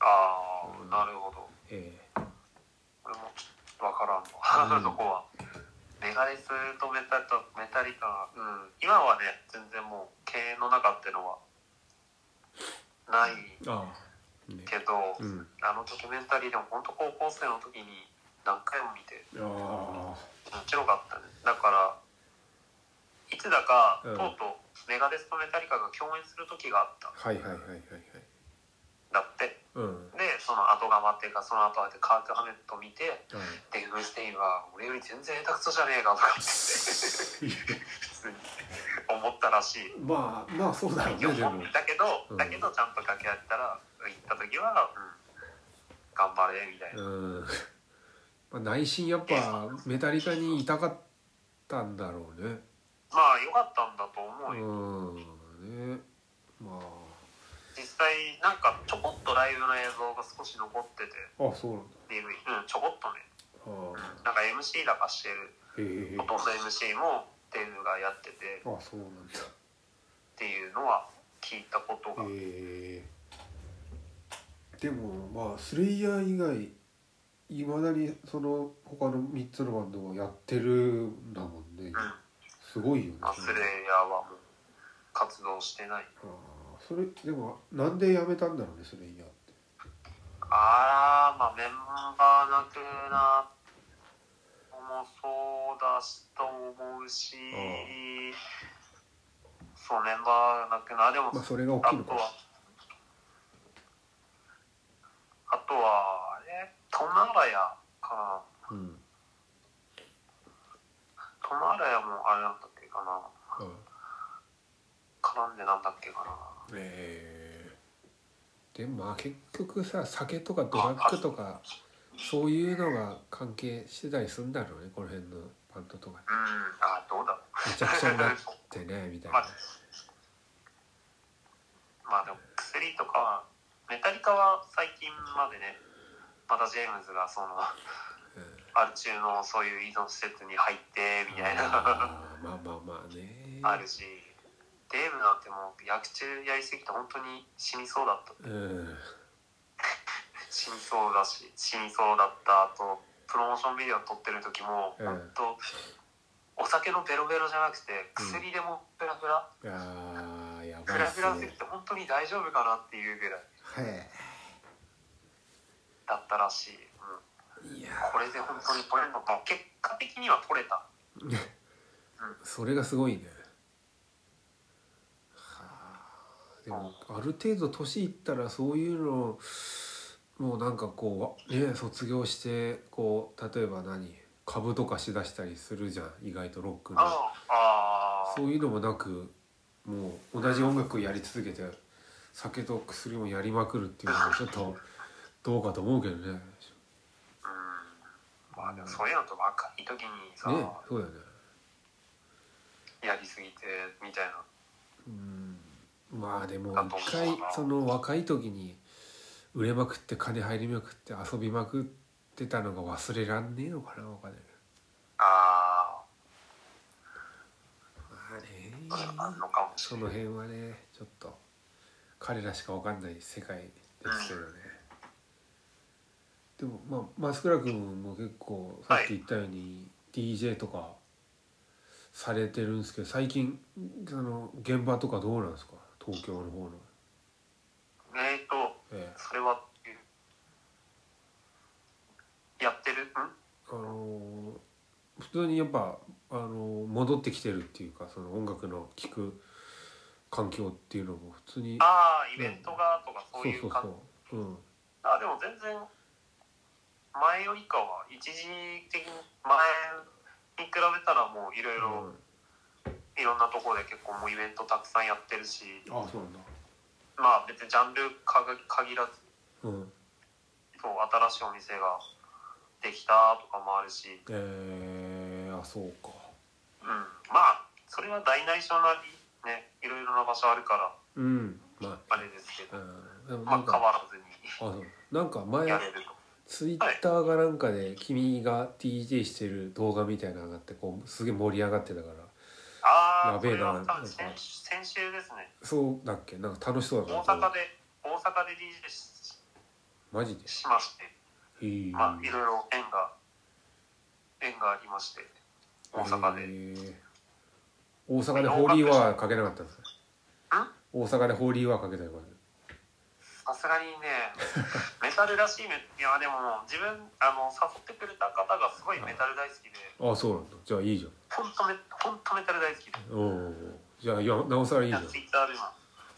D: ああなるほど
C: いう、え
D: 俺もわからんわ、
C: うん
D: そこはメガネスとメタとメタリカが、うん、今はね全然もう経営の中ってのはない
C: えああね
D: けど、
C: うん
D: あのドキュメンタリーでも本当高校生の時に何回も見て
C: あ
D: 面白かったねだからいつだか、
C: うん
D: とうとうメガネスとメタリカが共演する時があったん
C: あはいはいはいはいはい
D: だって
C: うん
D: でその後釜っていうかその後でカーク・ハメット見て
C: あ
D: でウルステインは俺より全然下手くそじゃねえかとか
C: あ
D: 普通に思ったらしい。
C: まあまあそうだろうねでも
D: だけど、
C: うん
D: だけどちゃんと掛け合ったら行った時は、うん、頑張れみたいな、
C: うんまあ内心やっぱメタリカにいたかったんだろうね。
D: まあ良かったんだと思うよ、
C: うんねま
D: 実際なんかちょこっとライブの映像が少し残ってて
C: ああそうなんだ。
D: DV うんちょこっとね
C: ああ
D: なんか MC だかしてる
C: へえ
D: ほとんど MC もデブがやっててっ
C: ああそうなんだ。
D: ていうのは聞いたことが、
C: へえでもまあスレイヤー以外いまだにその他の3つのバンドはやってるんだもんね
D: うん
C: すごいよね
D: アスレイヤーはもう活動してな
C: あ
D: い
C: あそれでもなんでやめたんだろうねスレイヤーって
D: あら、まあメンバーなくなのもそうだしと思うし、
C: う
D: そう、メンバーなくな、でも、
C: まあそれが大
D: あ
C: きいの
D: と
C: か
D: は、あとは、あれ、トナラヤか
C: うん
D: な。トナラヤもあれなんだっけかな。
C: うん
D: 絡んでなんだっけかな。
C: えーでもまあ結局さ酒とかドラッグとかそういうのが関係してたりするんだろうねこの辺のバンドとか
D: うん、あ、どうだろう。
C: めちゃくちゃになってねみたいな
D: まあ、 まあでも薬とかはメタリカは最近までねまたジェームズがその、アル中のそういう依存施設に入ってみたいな
C: あーまあまあまあね
D: あるしデーブなんてもう薬中やりすぎて本当に死にそうだった
C: うん
D: 死にそうだし死にそうだったあとプロモーションビデオ撮ってる時も
C: うん
D: 本当、お酒のベロベロじゃなくて薬でもペラペラ、
C: あー
A: ーやば
D: フ
A: い
D: ラ
A: っ
D: フ
A: す
D: ラすぎ
A: ね
D: て本当に大丈夫かなっていうぐらい
C: はい
D: だったらしい、うん、
C: いや
D: これで本当に取れるのか結果的には取れた
C: それがすごいねはあでもある程度年いったらそういうのもうなんかこうね卒業してこう例えば何株とかしだしたりするじゃん意外とロックの
D: ああ
C: そういうのもなくもう同じ音楽やり続けて酒と薬もやりまくるっていうのもちょっとどうかと思うけどねね
D: うんまあでもそういうのと若い時にさ、
C: そうだよね
D: やりすぎてみたいな
C: うんまあでも
D: だと思う
C: 一回
D: な
C: その若い時に売れまくって金入りまくって遊びまくってたのが忘れらんねえのかなお金
D: あ
C: まあ
D: あそれはあ
C: ね
D: るのかもし
C: そ
D: れ
C: の
D: ない
C: 辺はねちょっと彼らしかわかんない世界ですけどね、でもまあ増倉君も結構さっき言ったように DJ とかされてるんですけど最近その現場とかどうなんですか東京の方の。
D: えっ、と
C: ええ
D: それはやってるん
C: あのー普通にやっぱ、あのー戻ってきてるっていうかその音楽の聴く環境っていうのも普通に
D: ああイベントがとかそう
C: そう
D: い
C: そうう
D: 感じ
C: そう、うん、
D: あでも全然前よりかは一時的に前に比べたらもういろいろいろんなところで結構もうイベントたくさんやってるし
C: ああそうなんだ
D: まあ別にジャンルかが限らず
C: うん
D: そう新しいお店ができたとかもあるし、
C: えー、あそうか
D: うん、まあそれは大内緒なりねいろいろな場所あるから
C: うんま
D: あれですけ
C: あ、う
D: ど、
C: ん、でもな
D: ま
C: ん
D: あ変
C: か
D: わらずに
C: あそうなんか前
D: やれると。
C: ツイッターがなんかで君が DJ してる動画みたいなのがあってこうすげえ盛り上がってたから
D: あ
C: や
D: あ、
C: べえな
D: これは多分
C: なん
D: 先
C: か
D: 先週ですね、
C: そうだっけなんか楽しそうだ
D: 大
C: った
D: 阪で、大阪で DJ し
C: マジで
D: しまして、
C: いい
D: まあ、いろいろ縁が、縁がありまして、大阪で。
C: へー大阪でホーリーワーかけなかったんですか
D: ん
C: 大阪でホーリーワーかけたよまず
D: さすがにね、 メタルらしいメ、いや、でももう自分、あの、誘ってくれた方がすごいメタル大好きで、
C: ああそうなんだじゃあいいじゃん
D: 本当メ本当メタル大好きで、
C: おうおうおうじゃあいやなおさらいいじゃん
D: ツイッターでも、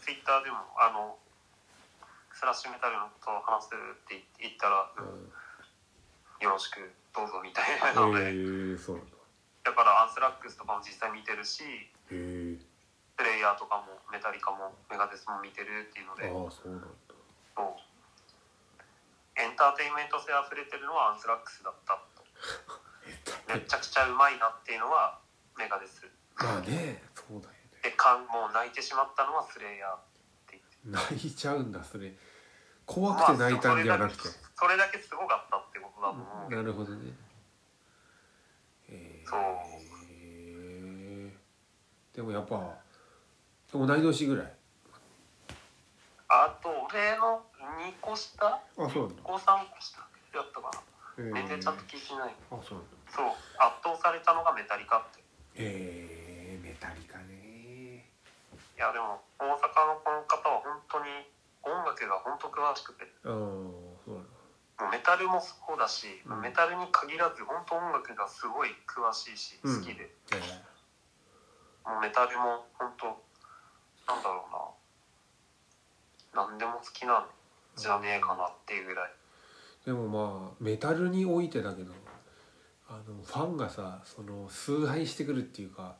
D: ツイッターでも、あの、スラッシュメタルのことを話すって言ったら、よろしくどうぞみたいな
C: う
D: の
C: んへ
D: で、
C: えそうなんだ
D: だからアンスラックスとかも実際見てるし、
C: へえ
D: プレイヤーとかもメタリカもメガデスも見てるっていうの
C: ああ
D: で、
C: そうなんだ
D: そうエンターテインメント性あふれてるのはアンスラックスだったと。めちゃくちゃうまいなっていうのはメガデス。
C: まあねそうだよね
D: で、かんもう泣いてしまったのはスレイヤーって言って。
C: 泣いちゃうんだそれ怖くて泣いたんではなくて
D: まあそれだけそれだけすごかったってことだと思う、
C: なるほどねへ
D: そう
C: えでもやっぱ同い年ぐらい
D: あと俺の2個下
C: あそうなんだ
D: 5、3個下だったか
C: へ
D: な
C: ー
D: 全然ちゃんと聞いてない
C: あそうなんだ
D: そう圧倒されたのがメタリカって
C: えー、メタリカね
D: いやでも大阪のこの方は本当に音楽が本当詳しくて
C: ああそうなんだ
D: もうメタルもそうだし、
C: うん
D: メタルに限らず本当音楽がすごい詳しいし好
C: うん
D: きで、
C: え
D: もうメタルも本当なんだろうな何でも好きなんじゃねえかなっていうぐらい
C: ーでもまあメタルにおいてだけどあのファンがさその崇拝してくるっていうか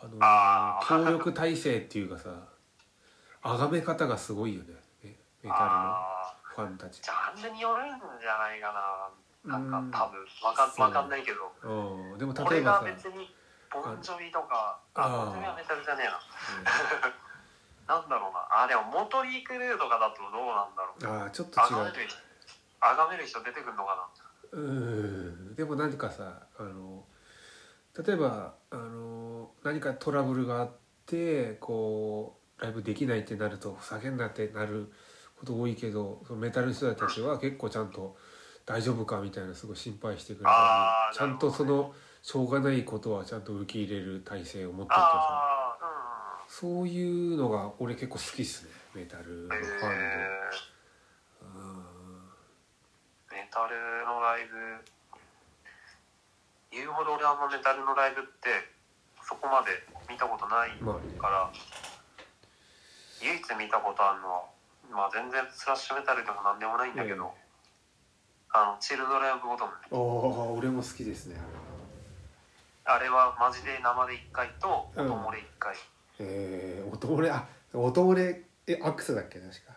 C: あの
D: あー
C: 協力体制っていうかさ崇め方がすごいよねメメタ
D: ああ
C: ルのファンたち
D: ジャンルによるんじゃないかなな
C: うん
D: んか多分わか
C: そう
D: わかんないけど
C: うんでも
D: こ
C: 例え
D: れ
C: ば
D: が
C: さ
D: 別にボンジョビとか
C: あ
D: あ
C: ー
D: ボンジョビはメタルじゃねえななんだろうなあでもモトリークルーとかだとどうなんだろう
C: うんああちょっと
D: あ
C: 違
D: が
C: う
D: める人あがめる人出てくるのか
C: うーんでも何かさあの例えばあの何かトラブルがあってこうライブできないってなるとふざけんなってなること多いけどそのメタルの人たちは結構ちゃんと大丈夫かみたいなすごい心配してくれた
D: あ
C: り
D: ー
C: ちゃんと
D: なる
C: そ
D: ほど
C: のしょうがないことはちゃんと受け入れる体制を持ってると
D: な
C: さ
D: ああ
C: そういうのが俺結構好きっすねメタルのフ
D: え
C: ァンの、
D: ーメタルのライブ言うほど俺あんまメタルのライブってそこまで見たことない
C: まあね
D: から唯一見たことあるのは、まあ、全然スラッシュメタルでもなんでもないんだけど、あのチルドレン・オブ・ボトムね
C: ああ俺も好きですね
D: あれはマジで生で1回と音漏れ1回、
C: ええー、音漏れあ音漏れえアクセだっけ確か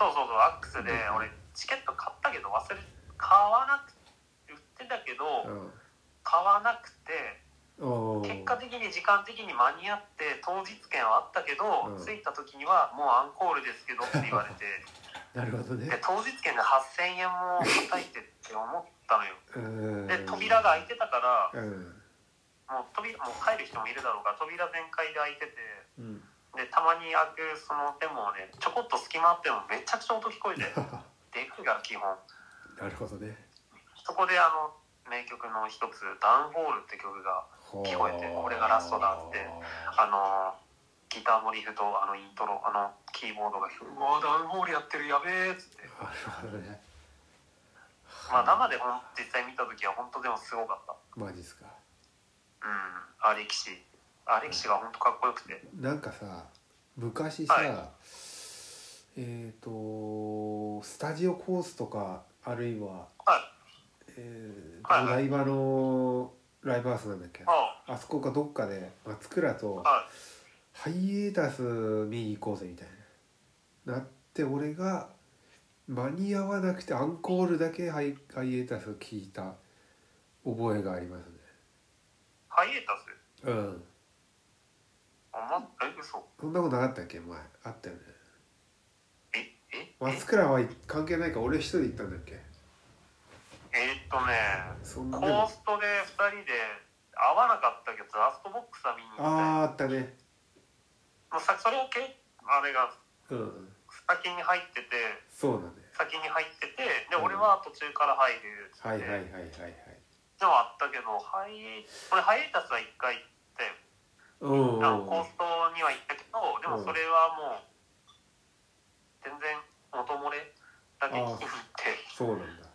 D: そうそうそうアックスで俺チケット買ったけど忘れ買わなく売ってたけど、
C: うん
D: 買わなくて
C: おー
D: 結果的に時間的に間に合って当日券はあったけ
C: うん
D: ど、着いた時にはもうアンコールですけどって言われ て
C: なるほどね
D: で当日券で8,000円も叩いてって思ったのよ
C: うん
D: で扉が開いてたか
C: う
D: ら
C: ん
D: もう扉もう帰る人もいるだろうから扉全開で開いてて
C: うん
D: でたまに開くそのでもねちょこっと隙間あってもめちゃくちゃ音聞こ えてでくが基本
C: なるほどね
D: そこであの名曲の一つ「ダウンホール」って曲が聞こえてこれがラストだっつってあのギターのリフとあのイントロあのキーボードが「うわダウンホールやってるやべえ」っつって
C: なるほどね
D: まあ生でほん実際見た時は本当でもすごかっ
C: マジっすか
D: たうんアレキシアレキシが本当かっこよくて
C: なんかさ昔さ、
D: は
C: えっ、とスタジオコースとかあるいは、
D: はい
C: えー
D: はい
C: お台場のライブハウスなんだっけあ
D: あ
C: そこかどっかで松倉と
D: あはい
C: ハイエータス見に行こうぜみたいななって俺が間に合わなくてアンコールだけハイハイエータス聞いた覚えがありますね
D: ハイエータス
C: うん
D: あまえ嘘
C: そんなことなかったっけ前あったよね
D: ええ
C: 松倉は関係ないから俺一人で行ったんだっけ
D: えーっとね
C: そんな
D: コ
C: でも
D: ーストで2人で合わなかったけどラストボックスは見に行
C: ああ
D: っ
C: あったね
D: てさそれをけあれが
C: うん
D: 先に入ってて
C: そうだね
D: 先に入っててで
C: うん
D: 俺は途中から入るっつって、
C: はいはいはいはいはい
D: でもあったけどハイエ俺ハイエータスは1回行って
C: うんうん
D: あのコーストには行ったけどでもそれはもう全然音漏れだけ聞きに行って
C: そうなんだ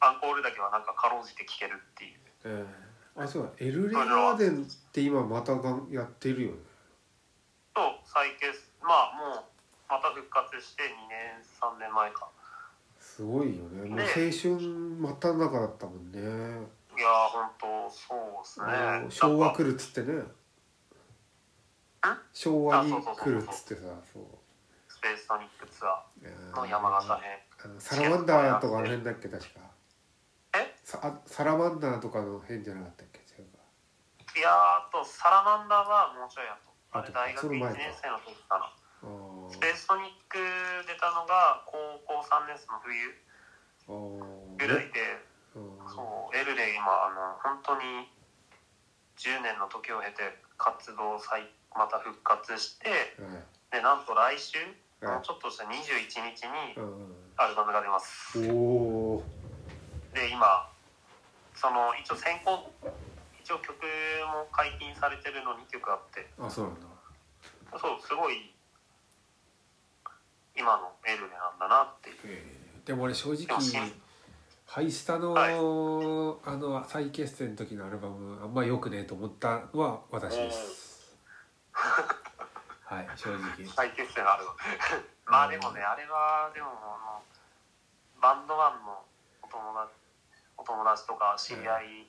D: アンコールだけはなんかかろうじて聞けるっていう
C: ええあそうだエルレガーデンって今またがんやってるよね
D: と再結まあもうまた復活して2年3年前か
C: すごいよねもう青
D: ね
C: 春真った中だったもんね
D: いやー本当そうです
C: あ
D: ね
C: の昭和
D: なんか
C: 来るっつってね昭和に来るっつってさそう
D: スペースソニックツア
C: いや
D: ー
C: ー
D: の山形編
C: あのサラマンダーとかあの辺だっけ確か
D: え
C: さあサラマンダーとかの辺じゃなかったっけ違うか
D: いやーあとサラマンダーはもうちょいやとあれ
C: あ
D: 大学
C: その
D: 1
C: 前か
D: 年生の時かな
C: あ
D: スペースソニック出たのが高校3年生の冬
C: ーあ
D: ぐらいで、
C: ー
D: そうエルレイ今あの本当に10年の時を経て活動再また復活して
C: うんはい
D: でなんと来週
C: うん
D: もうちょっとした21日に
C: う
D: アルバムが出ます
C: んおお
D: で今その一応先行一応曲も解禁されてるの2曲あって
C: あそうなんだ
D: そうすごい今のエルレなんだなっていう
C: でも俺正直ハイスタの、
D: はい
C: あの再結成の時のアルバムあんま良くねえと思ったのは私です、はい正直
D: 再結成のあるまあでもねあれはでもあのバンドマンのお友達お友達とか知り合い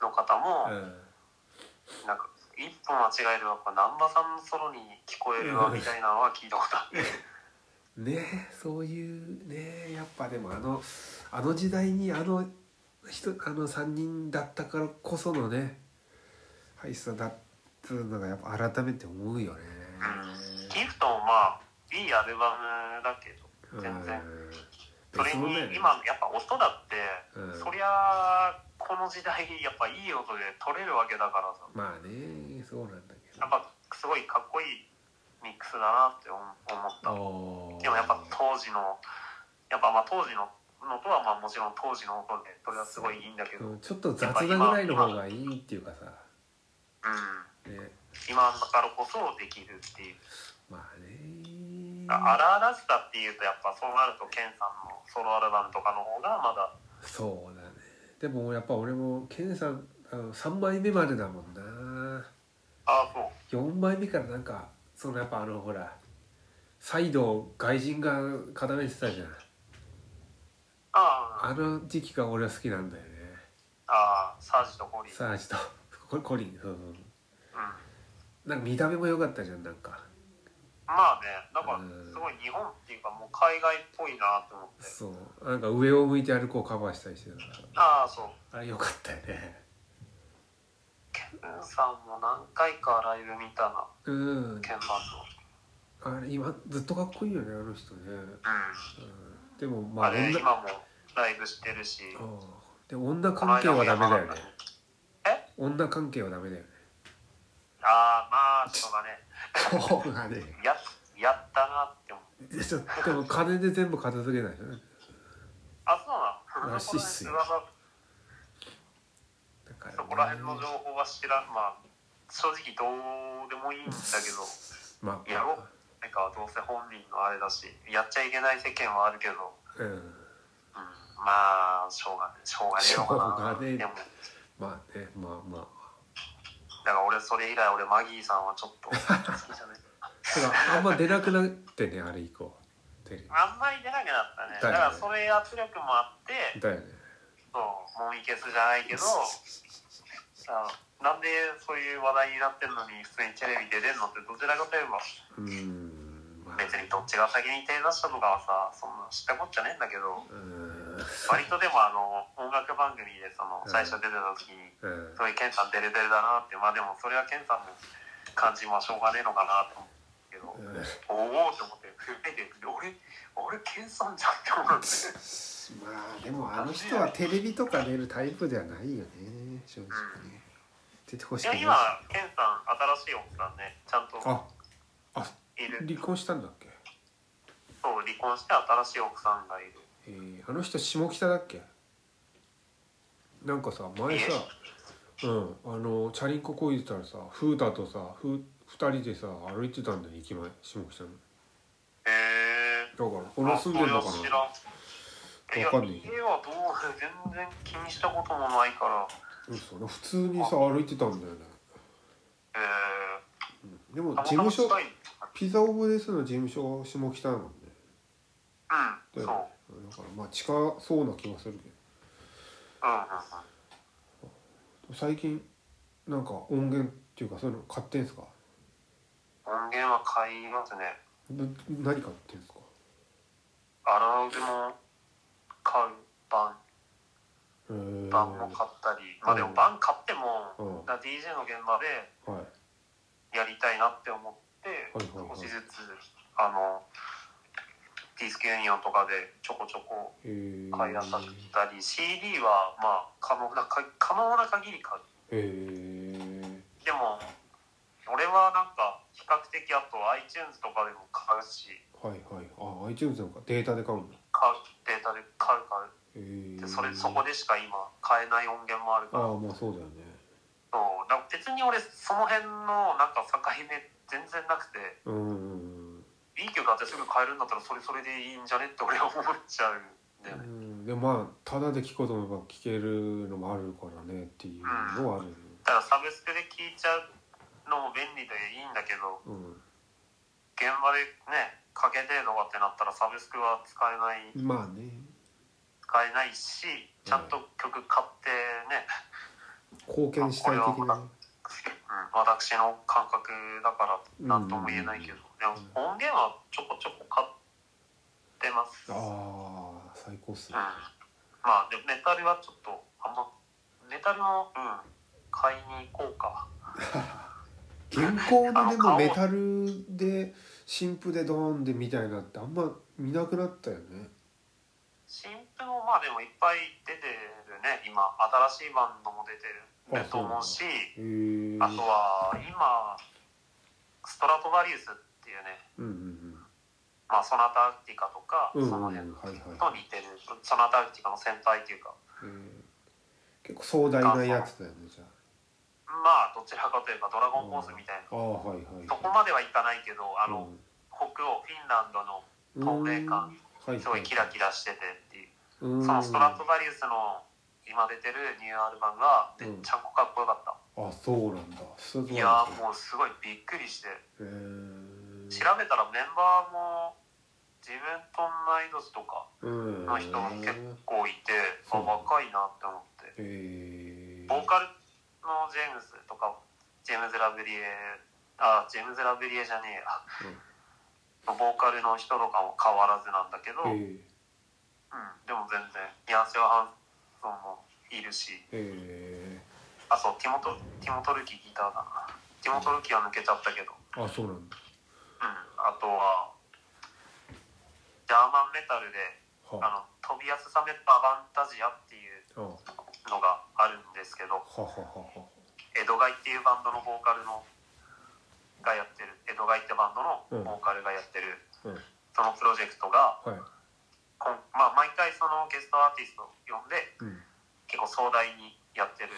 D: の方も、
C: う
D: なんか一歩間違えればこれ難波さんのソロに聞こえるわみたいなのは聞いたことある
C: んねそういうねやっぱでもあのあの時代にあの人あの3人だったからこそのねハイスタだっつうのがやっぱ改めて思うよね、
D: ギフトもまあいいアルバムだけど
C: うん
D: 全然それ
C: 別物だよ
D: に
C: ね
D: 今やっぱ音だって、
C: うん
D: そりゃあこの時代やっぱいい音で撮れるわけだからさ
C: まあねそうなんだけど
D: やっぱすごいかっこいいミックスだなって思思ったでもやっぱ当時のやっぱまあ当時ののとはまあもちろん当時の音でそれはすごいいいんだけど
C: う
D: うん
C: んちょっと雑なぐらいの方がいいっていうかさ、
D: うん
C: ね、
D: 今だからこそできるっていう
C: まあね
D: 荒々しさっていうとやっぱそうなるとケンさんのソロアルバムとかの方がまだ
C: そうだねでもやっぱ俺もケンさんあの3枚目までだもんな
D: ああそう
C: 4枚目からなんかそのやっぱあのほらサイドを外人が固めてたじゃん
D: ああ
C: あの時期が俺は好きなんだよね
D: ああサージとホリー、
C: サージとこれコリンそうそう
D: うん、
C: なんか見た目も良かったじゃんなんか
D: まあねだから
C: うん
D: すごい日本っていうかもう海外っぽいなと思って
C: そうなんか上を向いて歩こうカバーしたりしてたから
D: ああそう
C: あれ良かったよね
D: ケンさんも何回かライブ見たな
C: うん
D: ケンさんの
C: あれ今ずっとかっこいいよねあの人ね、
D: う
C: でも
D: ん
C: まあ
D: あれ
C: 女
D: 今もライブしてるし
C: うんで女関係はダメだよね
D: え
C: 女関係はダメだよね
D: ああまあしょうがね
C: そうがね
D: ややったなって思う
C: ちょっとでも金で全部片付けないよね
D: あそうなの
C: らしいっすよ
D: 噂
C: だからね
D: そこら辺の情報は知らんまあ正直どうでもいいんだけど
C: ま
D: やろう
C: あ
D: なんかどうせ本人のあれだしやっちゃいけない世間はあるけど、
C: うん
D: うん、まあしょうがねしょうがねえのか
C: しょう
D: な
C: がねえ
D: でも
C: まあねまあまあ
D: だから俺それ以来俺マギーさんはちょっと好き じゃない
C: てかあんま出なくなってねあれ以降テレ
D: あんまり出なくなった
C: だ
D: ね
C: よ
D: だ
C: ね
D: からそれ圧力もあって
C: ビだよね
D: そうもみ消すじゃないけどあなんでそういう話題になってんのに普通にテレビ出れんのってどちらかといえば
C: うんまあ
D: 別にどっちが先に手出したとかはさそんな知ったこっちゃねえんだけど
C: うん
D: 割とでもあの音楽番組でその
C: うん
D: 最初出てた時に
C: うん
D: そういうケンさんデレデレだなってまあでもそれはケンさんの感じもしょうがねえのかなと思うけど
C: うん
D: おおと思って増えて俺俺ケンさんじゃんって思って
C: まあでもあの人はテレビとか出るタイプではないよね正直ね出てほし
D: い
C: くな
D: や
C: い
D: 今ケンさん新しい奥さんねちゃんと
C: あ
D: いる
C: 離婚したんだっけ
D: そう離婚して新しい奥さんがいる
C: えーあの人下北だっけなんかさ前さうんあのチャリンコこいでたらさ風太とさふ二人でさ歩いてたんだよ駅前下北の
D: へ
C: だ
D: え
C: から俺住んでんのか
D: あそれ
C: な
D: は知らんいや
C: わかんねえ
D: 家はどう全然気にしたこともないから
C: 嘘普通にさ歩いてたんだよね
D: えー
C: でも
D: た
C: 事
D: また
C: 務
D: ま
C: 所
D: 近い
C: ピザオブデスの事務所が下北だもんね
D: う
C: だ
D: ん
C: よ
D: そう
C: ねだからまあ近そうな気がするけど
D: うんうんうん
C: 最近なんか音源っていうかそういうの買ってんすか
D: 音源は買いますね
C: な何買ってんすか
D: アナログも買う版
C: へー
D: 版も買ったりまあで
C: う
D: も
C: ん
D: 版買っても
C: うん
D: だから DJ の現場で
C: はい
D: やりたいなって思って
C: はいはいはい
D: 少しずつあのディスクユニオンとかでちょこちょこ
C: へー
D: 買い出さたり CD はまあ可能なか可能な限り買う
C: へえ
D: でも俺はなんか比較的あと iTunes とかでも買うし
C: はいはいあ iTunes なんかデータで買うんだ
D: 買うデータで買う買う
C: へ
D: で
C: ー
D: それそこでしか今買えない音源もあるから
C: ああまあそうだよね
D: そうだから別に俺その辺のなんか境目全然なくて
C: うーん
D: いい曲あってすぐ買えるんだったらそれそれでいいんじゃねって俺は思っちゃうんだよ
C: う
D: ね
C: んでもまあただで聞くことも聞けるのもあるからねっていうのはあるよね
D: だからサブスクで聴いちゃうのも便利でいいんだけど現場でねかけてえのかってなったらサブスクは使えない
C: うんまあね
D: 使えないしちゃんと曲買ってね、
C: 貢献したい的な
D: うん、私の感覚だから何とも言えないけど、でも音源はちょこちょこ買ってます
C: ああ最高っす
D: うん
C: ね
D: まあでもメタルはちょっとあんまメタルも、うん、買いに行こうか
C: 現行のでもメタルで新譜でドーンでみたいなってあんま見なくなったよね
D: 新譜もまあでもいっぱい出てるね今新しいバンドも出てると思うし
C: へえ
D: あとは今ストラトバリウスっていうね
C: うんうん
D: まあソナタアクティカとか
C: うんうん
D: その
C: うんはい
D: 辺と
C: はい
D: 似てる、ソナタアクティカの先輩っていうか
C: へー結構壮大なやつだよねじゃあ
D: まあどちらかといえばドラゴンコースみたい
C: あ
D: な、
C: あはいはい
D: そこまではいかないけどあの、
C: う
D: 北欧フィンランドの
C: ん
D: 透明感
C: うんはい
D: すごいキラキラしててってい
C: う
D: う、
C: ん
D: そのストラトバリウスの今出てるニューアルバムがめっちゃんこかっこよかった、
C: あそうなんだそうなんだ
D: いやーもうすごいびっくりして
C: へ
D: 調べたらメンバーも自分と同い年とか
C: ー
D: の人も結こういて、あ若いなって思って
C: へー
D: ボーカルのジェームズとかジェームズ・ラブリエあジェームズ・ラブリエじゃねえや、ボーカルの人とかも変わらずなんだけど、うん、
C: へー
D: でも全然ニアンセア・ハンソンもいるし
C: へ
D: あそうティモトティモトルキーギターだなティモトルキーは抜けちゃったけど、
C: ーあ
D: うん、
C: そうなんだ
D: あとはジャーマンメタルで
C: は
D: あのトビアス・サメット・アバンタジアっていう
C: あは
D: のがあるんですけど
C: ははは
D: 江戸街っていうバンドのボーカルのがやってる江戸街ってバンドのボーカルがやってる、
C: うんうん
D: そのプロジェクトが
C: はい
D: こん、まあ、毎回そのゲストアーティストを呼んで
C: うん
D: 結構壮大にやってる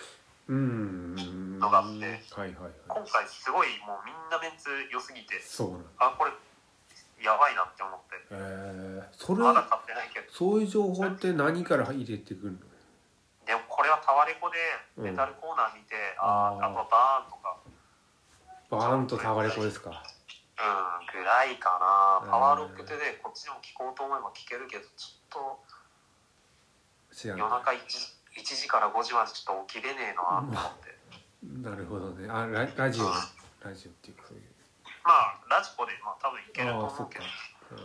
C: うんうん
D: のがあって
C: はいはいはい
D: 今回すごいもうみんなメンツ良すぎて
C: そうなんだ
D: あこれやばいなって思って
C: へーそれ
D: まだ買ってないけど
C: そういう情報って何から入れてくるの
D: でもこれはタワレコでメタルコーナー見て、あ
C: あー
D: あとは
C: バ
D: バーンとか
C: ーンとタワレコですか
D: うんぐらいかな
C: うん
D: パワーロックってでこっちでも聞こうと思えば聞けるけどちょっ
C: 知ら
D: と
C: ん
D: 夜中 1, 時から5時までちょっと起きれねえなと思って
C: なるほどねあララジオラジオっていうかそういう
D: まあラジコでまあ多分いけると思うけど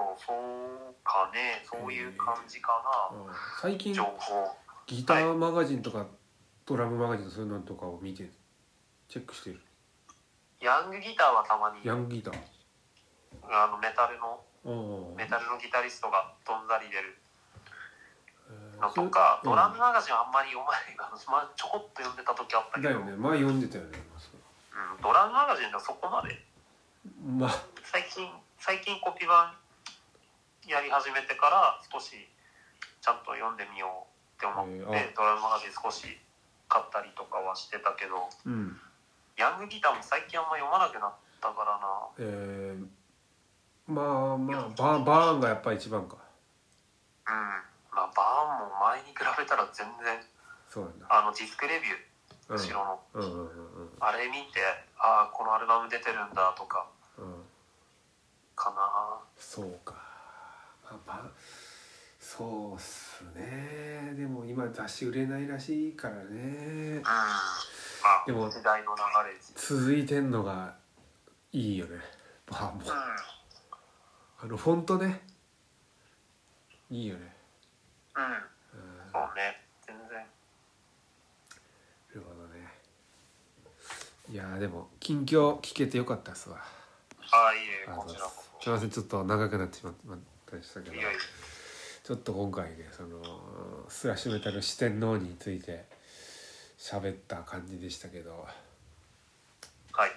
C: ああ
D: そうそうかねそういう感じか
C: ー
D: な、
C: あー最近
D: 情報
C: ギターマガジンとかドラムマガジンとかそういうのとかを見てチェックしてる
D: ヤングギターはたまに
C: ヤングギター
D: あのメタルの
C: おー
D: メタルのギタリストがどんざり出る
C: えー
D: の
C: そ
D: と
C: れ
D: か
C: うん
D: ドラムマガジンはあんまり読まないから、まあ、ちょこっと読んでた時あったけ
C: だ
D: ど、
C: よね前読んでたよね
D: うん、ドラムマガジンではそこまで
C: まあ
D: 最近最近コピ版やり始めてから少しちゃんと読んでみようって思っ
C: え
D: て、ドラムマガジン少し買ったりとかはしてたけど
C: うん
D: ヤングギターも最近あんま読まなくなったからな
C: えー、まあまあバーンバーンがやっぱ一番か
D: うんまあバーンも前に比べたら全然
C: そうなんだ
D: あのディスクレビュ
C: う
D: ー後ろの、
C: んうんうんうん
D: あれ見てああこのアルバム出てるんだとか
C: うんうん
D: かな
C: そうかまあまあそうっすねでも今雑誌売れないらしいからね
D: うん
C: で
D: ま
C: も
D: あ時代の流れですよ
C: 続いてんのがいいよねバーンも
D: うん
C: あのフォントねいいよね
D: うん
C: うん
D: そ
C: な
D: うね全然
C: るほどねいやーでも近況聞けてよかったっすわ
D: ああいい
C: あり
D: え
C: がと
D: こ
C: うご
D: ち
C: ざい
D: ら
C: ま
D: こそ
C: すすいませんちょっと長くなってしまったりしたけど
D: いやいや
C: ちょっと今回ねそのスラッシュメタル四天王について喋った感じでしたけど
D: はい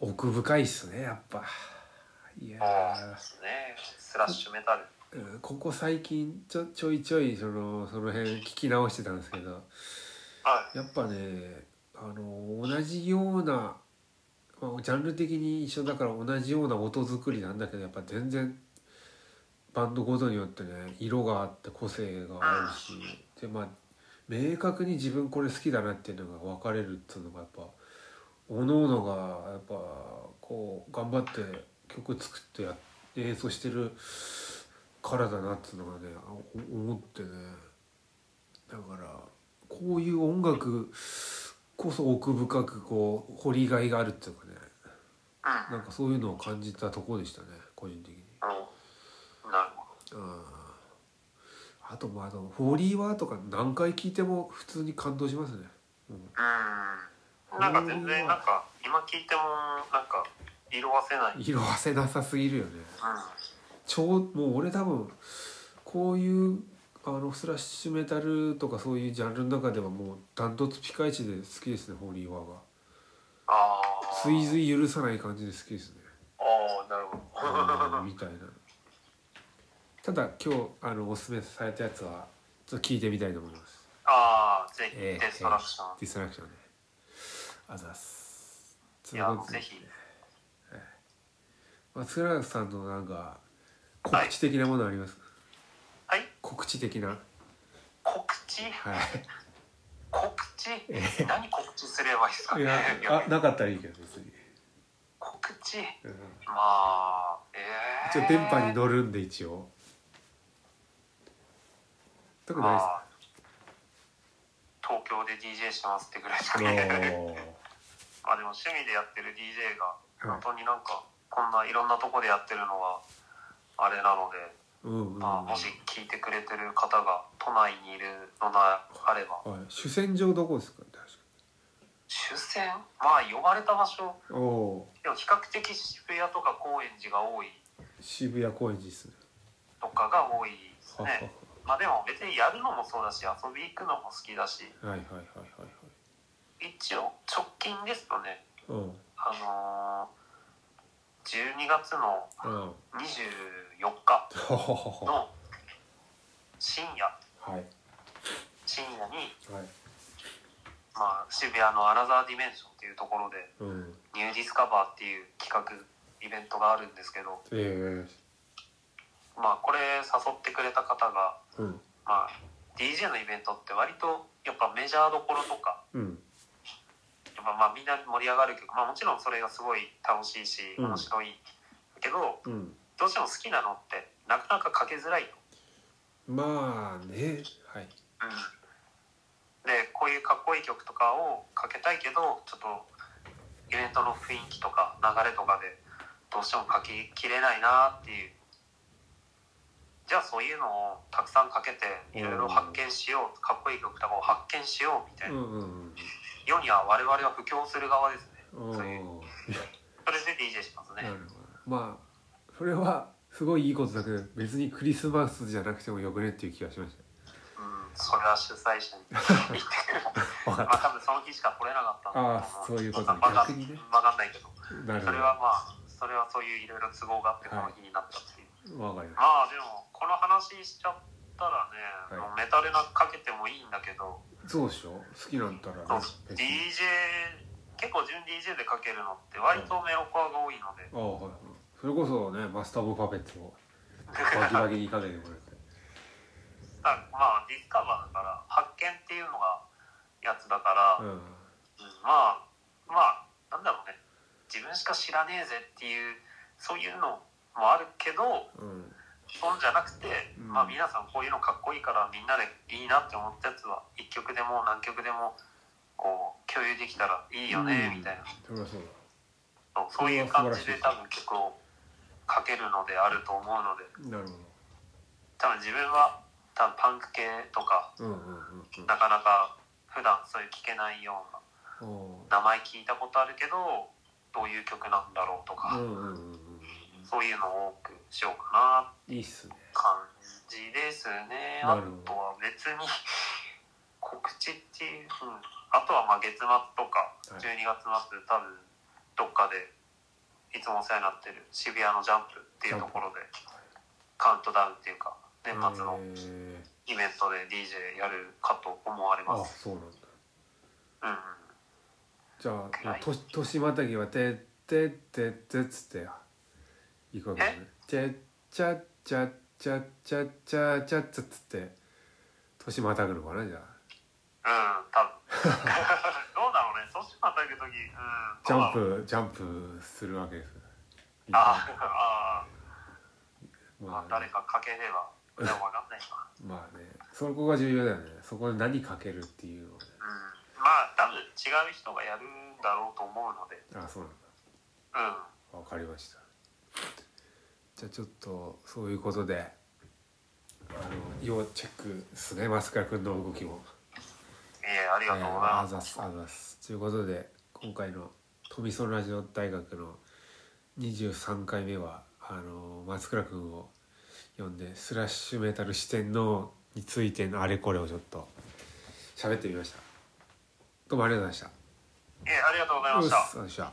C: 奥深いっすねやっぱいや
D: そうですねスラッシュメタル
C: ーうんここ最近ちょちょいちょいそのその辺聞き直してたんですけど
D: はい
C: やっぱねあの同じような、まあ、ジャンル的に一緒だから同じような音作りなんだけどやっぱ全然バンドごとによってね色があって個性があるしでまあ明確に自分これ好きだなっていうのが分かれるっていうのがやっぱおののがやっぱこう頑張って曲作ってや演奏してるからだなっていうのがねお思ってねだからこういう音楽こそ奥深くこう掘りがいがあるっていうかね
D: うん
C: なんかそういうのを感じたところでしたね個人的に。
D: なるほ
C: うんあとまああの「フォーリーワー」とか何回聴いても普通に感動しますね。うん
D: どうんなんか全然なんか今聞いてもなんか色褪せないうん
C: 色褪せなさすぎるよね。ちょうもう俺多分こういうあのスラッシュメタルとかそういうジャンルの中ではもうダントツピカイチで好きですね「フォーリーワーが」
D: ああ
C: 追随許さない感じで好きですね。
D: ああなるほど
C: みたいなただ今日あのおすすめされたやつはちょっと聞いてみたいと思います
D: ああぜひ
C: ええ
D: デストラクション
C: ディストラクションねあざっす
D: いや
C: そんなこと
D: ぜ
C: です
D: ひ
C: 松浦さんのなんか告知的なものあります、
D: はい
C: 告知的 な
D: 告知
C: は
D: 告知何告知すればいいですか
C: いい
D: ね
C: や
D: いや
C: あなかったらいいけど別に、
D: 告知
C: うん、
D: まあえ
C: 一
D: え
C: 応電波に乗るんで一応特にないです
D: まあ東京で DJ しますってぐらいです
C: あ
D: か
C: の
D: ねまあでも趣味でやってる DJ が本当になんかこんないろんなとこでやってるのはあれなので、
C: うんうん、
D: まあ、もし聞いてくれてる方が都内にいるのなあれば
C: はい、主戦場どこですか確
D: 終戦まあ呼ばれた場所
C: かおお
D: でも比較的渋谷とか高円寺が多い
C: ー渋谷高円寺ですね
D: とかが多いです
C: はは
D: ねまあでも別にやるのもそうだし遊び行くのも好きだし
C: ははいはいはいはい
D: 一応直近ですとね
C: はいうん
D: あのー、12月の
C: うん
D: 24日
C: ほほほほ
D: の深夜
C: はい
D: 深夜に、
C: はい
D: まあ、渋谷のアナザーディメンションというところで
C: うん
D: 「ニューディスカバー」っていう企画イベントがあるんですけど、
C: え
D: まあ、これ誘ってくれた方が、
C: えうん
D: まあ、DJ のイベントって割とやっぱメジャーどころとか
C: うん
D: やっぱまあみんな盛り上がる曲、まあ、もちろんそれがすごい楽しいし
C: うん
D: 面白い、けど
C: うん
D: どうしても好きなのってなかなかかけづらいと。
C: まあねはい
D: うんでこういうかっこいい曲とかをかけたいけどちょっとイベントの雰囲気とか流れとかでどうしてもかけきれないなっていうじゃあそういうのをたくさんかけていろいろ発見しようかっこいい曲とかを発見しようみたいうな、
C: んうん
D: 世には我々は布教する側ですね
C: うんおお
D: それで DJ しますね
C: なるほどまあそれはすごいいいことだけど別にクリスマスじゃなくてもよくねっていう気がしまし
D: うんそれは主催者 に言ってくれる
C: たわかっ
D: まあ多分その日しか来れなかったんだ
C: ああ
D: と思
C: そういうこと
D: わかん
C: 逆にね
D: わかんないけど
C: たなる
D: それはまあそれはそういういろいろ都合があってこの日になったっていう、
C: ほどわかりまし
D: まあでもこの話しちゃったらね、
C: はい
D: もうメタルなかけてもいいんだけど、
C: たそうでしょ好きなんたら
D: そう
C: ね別に
D: DJ 結構純 DJ でかけるのって割とメロコアが多いので、
C: ああはいはいそれこそねマスター・オブ・パペットを バキバキにかけてもらって
D: だまあディスカバーだから発見っていうのがやつだから、
C: うん
D: うんまあまあなんだろうね自分しか知らねえぜっていうそういうのもあるけど
C: うん
D: そうじゃなくて、
C: うん
D: まあ皆さんこういうのかっこいいからみんなでいいなって思ったやつは一曲でも何曲でもこう共有できたらいいよね
C: うん
D: みたいな、
C: それはそうだ
D: そうそういう感じで多分曲をかけるのであると思うので
C: なるほ
D: 多分自分は多分パンク系とか
C: ど。うんうんうん
D: なかなか普段そういう聞けないよう
C: うん。お
D: な名前聞いたことあるけどどういう曲なんだろうと
C: ー
D: か、
C: うんうんうんうん。
D: そういうのを多くしようかなって
C: いいっすね。
D: 感じですね
C: な
D: あ
C: るほど
D: とは別に告知っていう、うんあとはまあ月末とか
C: はい
D: 12月末多分どっかでいつもお世話になってる渋谷のジャンプっていうところでカウントダウンっていうか年末の
C: えー
D: イベントで DJ やるかと思われま
C: あ、
D: す、
C: そうなんだ。
D: うんうん、
C: じゃ
D: は
C: あ
D: い、
C: と年またぎは、てってってってっつって、行くわけだね。ちゃっちゃっちゃっちゃっちゃっちゃっちゃっつって、年またぐのかな、じゃあ。
D: うん、多 分どうだろうね年またぐ時、うん、
C: ジャン
D: どうだろう
C: プ、ジャンプするわけです。
D: ああ
C: ま
D: あ
C: あ
D: 誰、かかければでも分かんないな
C: まあね、そこが重要だよね。そこで何かけるっていうのはね。
D: うんまあ多分違う人がやるんだろうと思うので、
C: あ、そうなんだ。
D: うん、
C: わかりましたじゃあちょっとそういうことであの要チェックですね松倉君の動きも
D: いえありがとうござい
C: あ
D: ます。
C: ざすあざすということで今回の富園ラジオ大学の23回目はあの松倉君を呼んでスラッシュメタル四天王についてのあれこれをちょっと喋ってみましたどうもありがとうござい
D: いえありがとうござい
C: ま
D: ま
C: し
D: した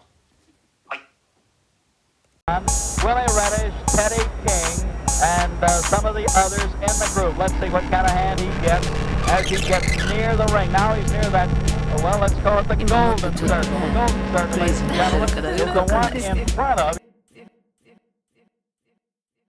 D: た。
C: うっすありがとうございました
E: Um, Willie Reddish, Teddy King, and uh, some of the others in the group. Let's see what kind of hand he gets as he gets near the ring. Now he's near that Well, let's call it the golden circle. Golden circle, ladies and gentlemen, is the one in front of.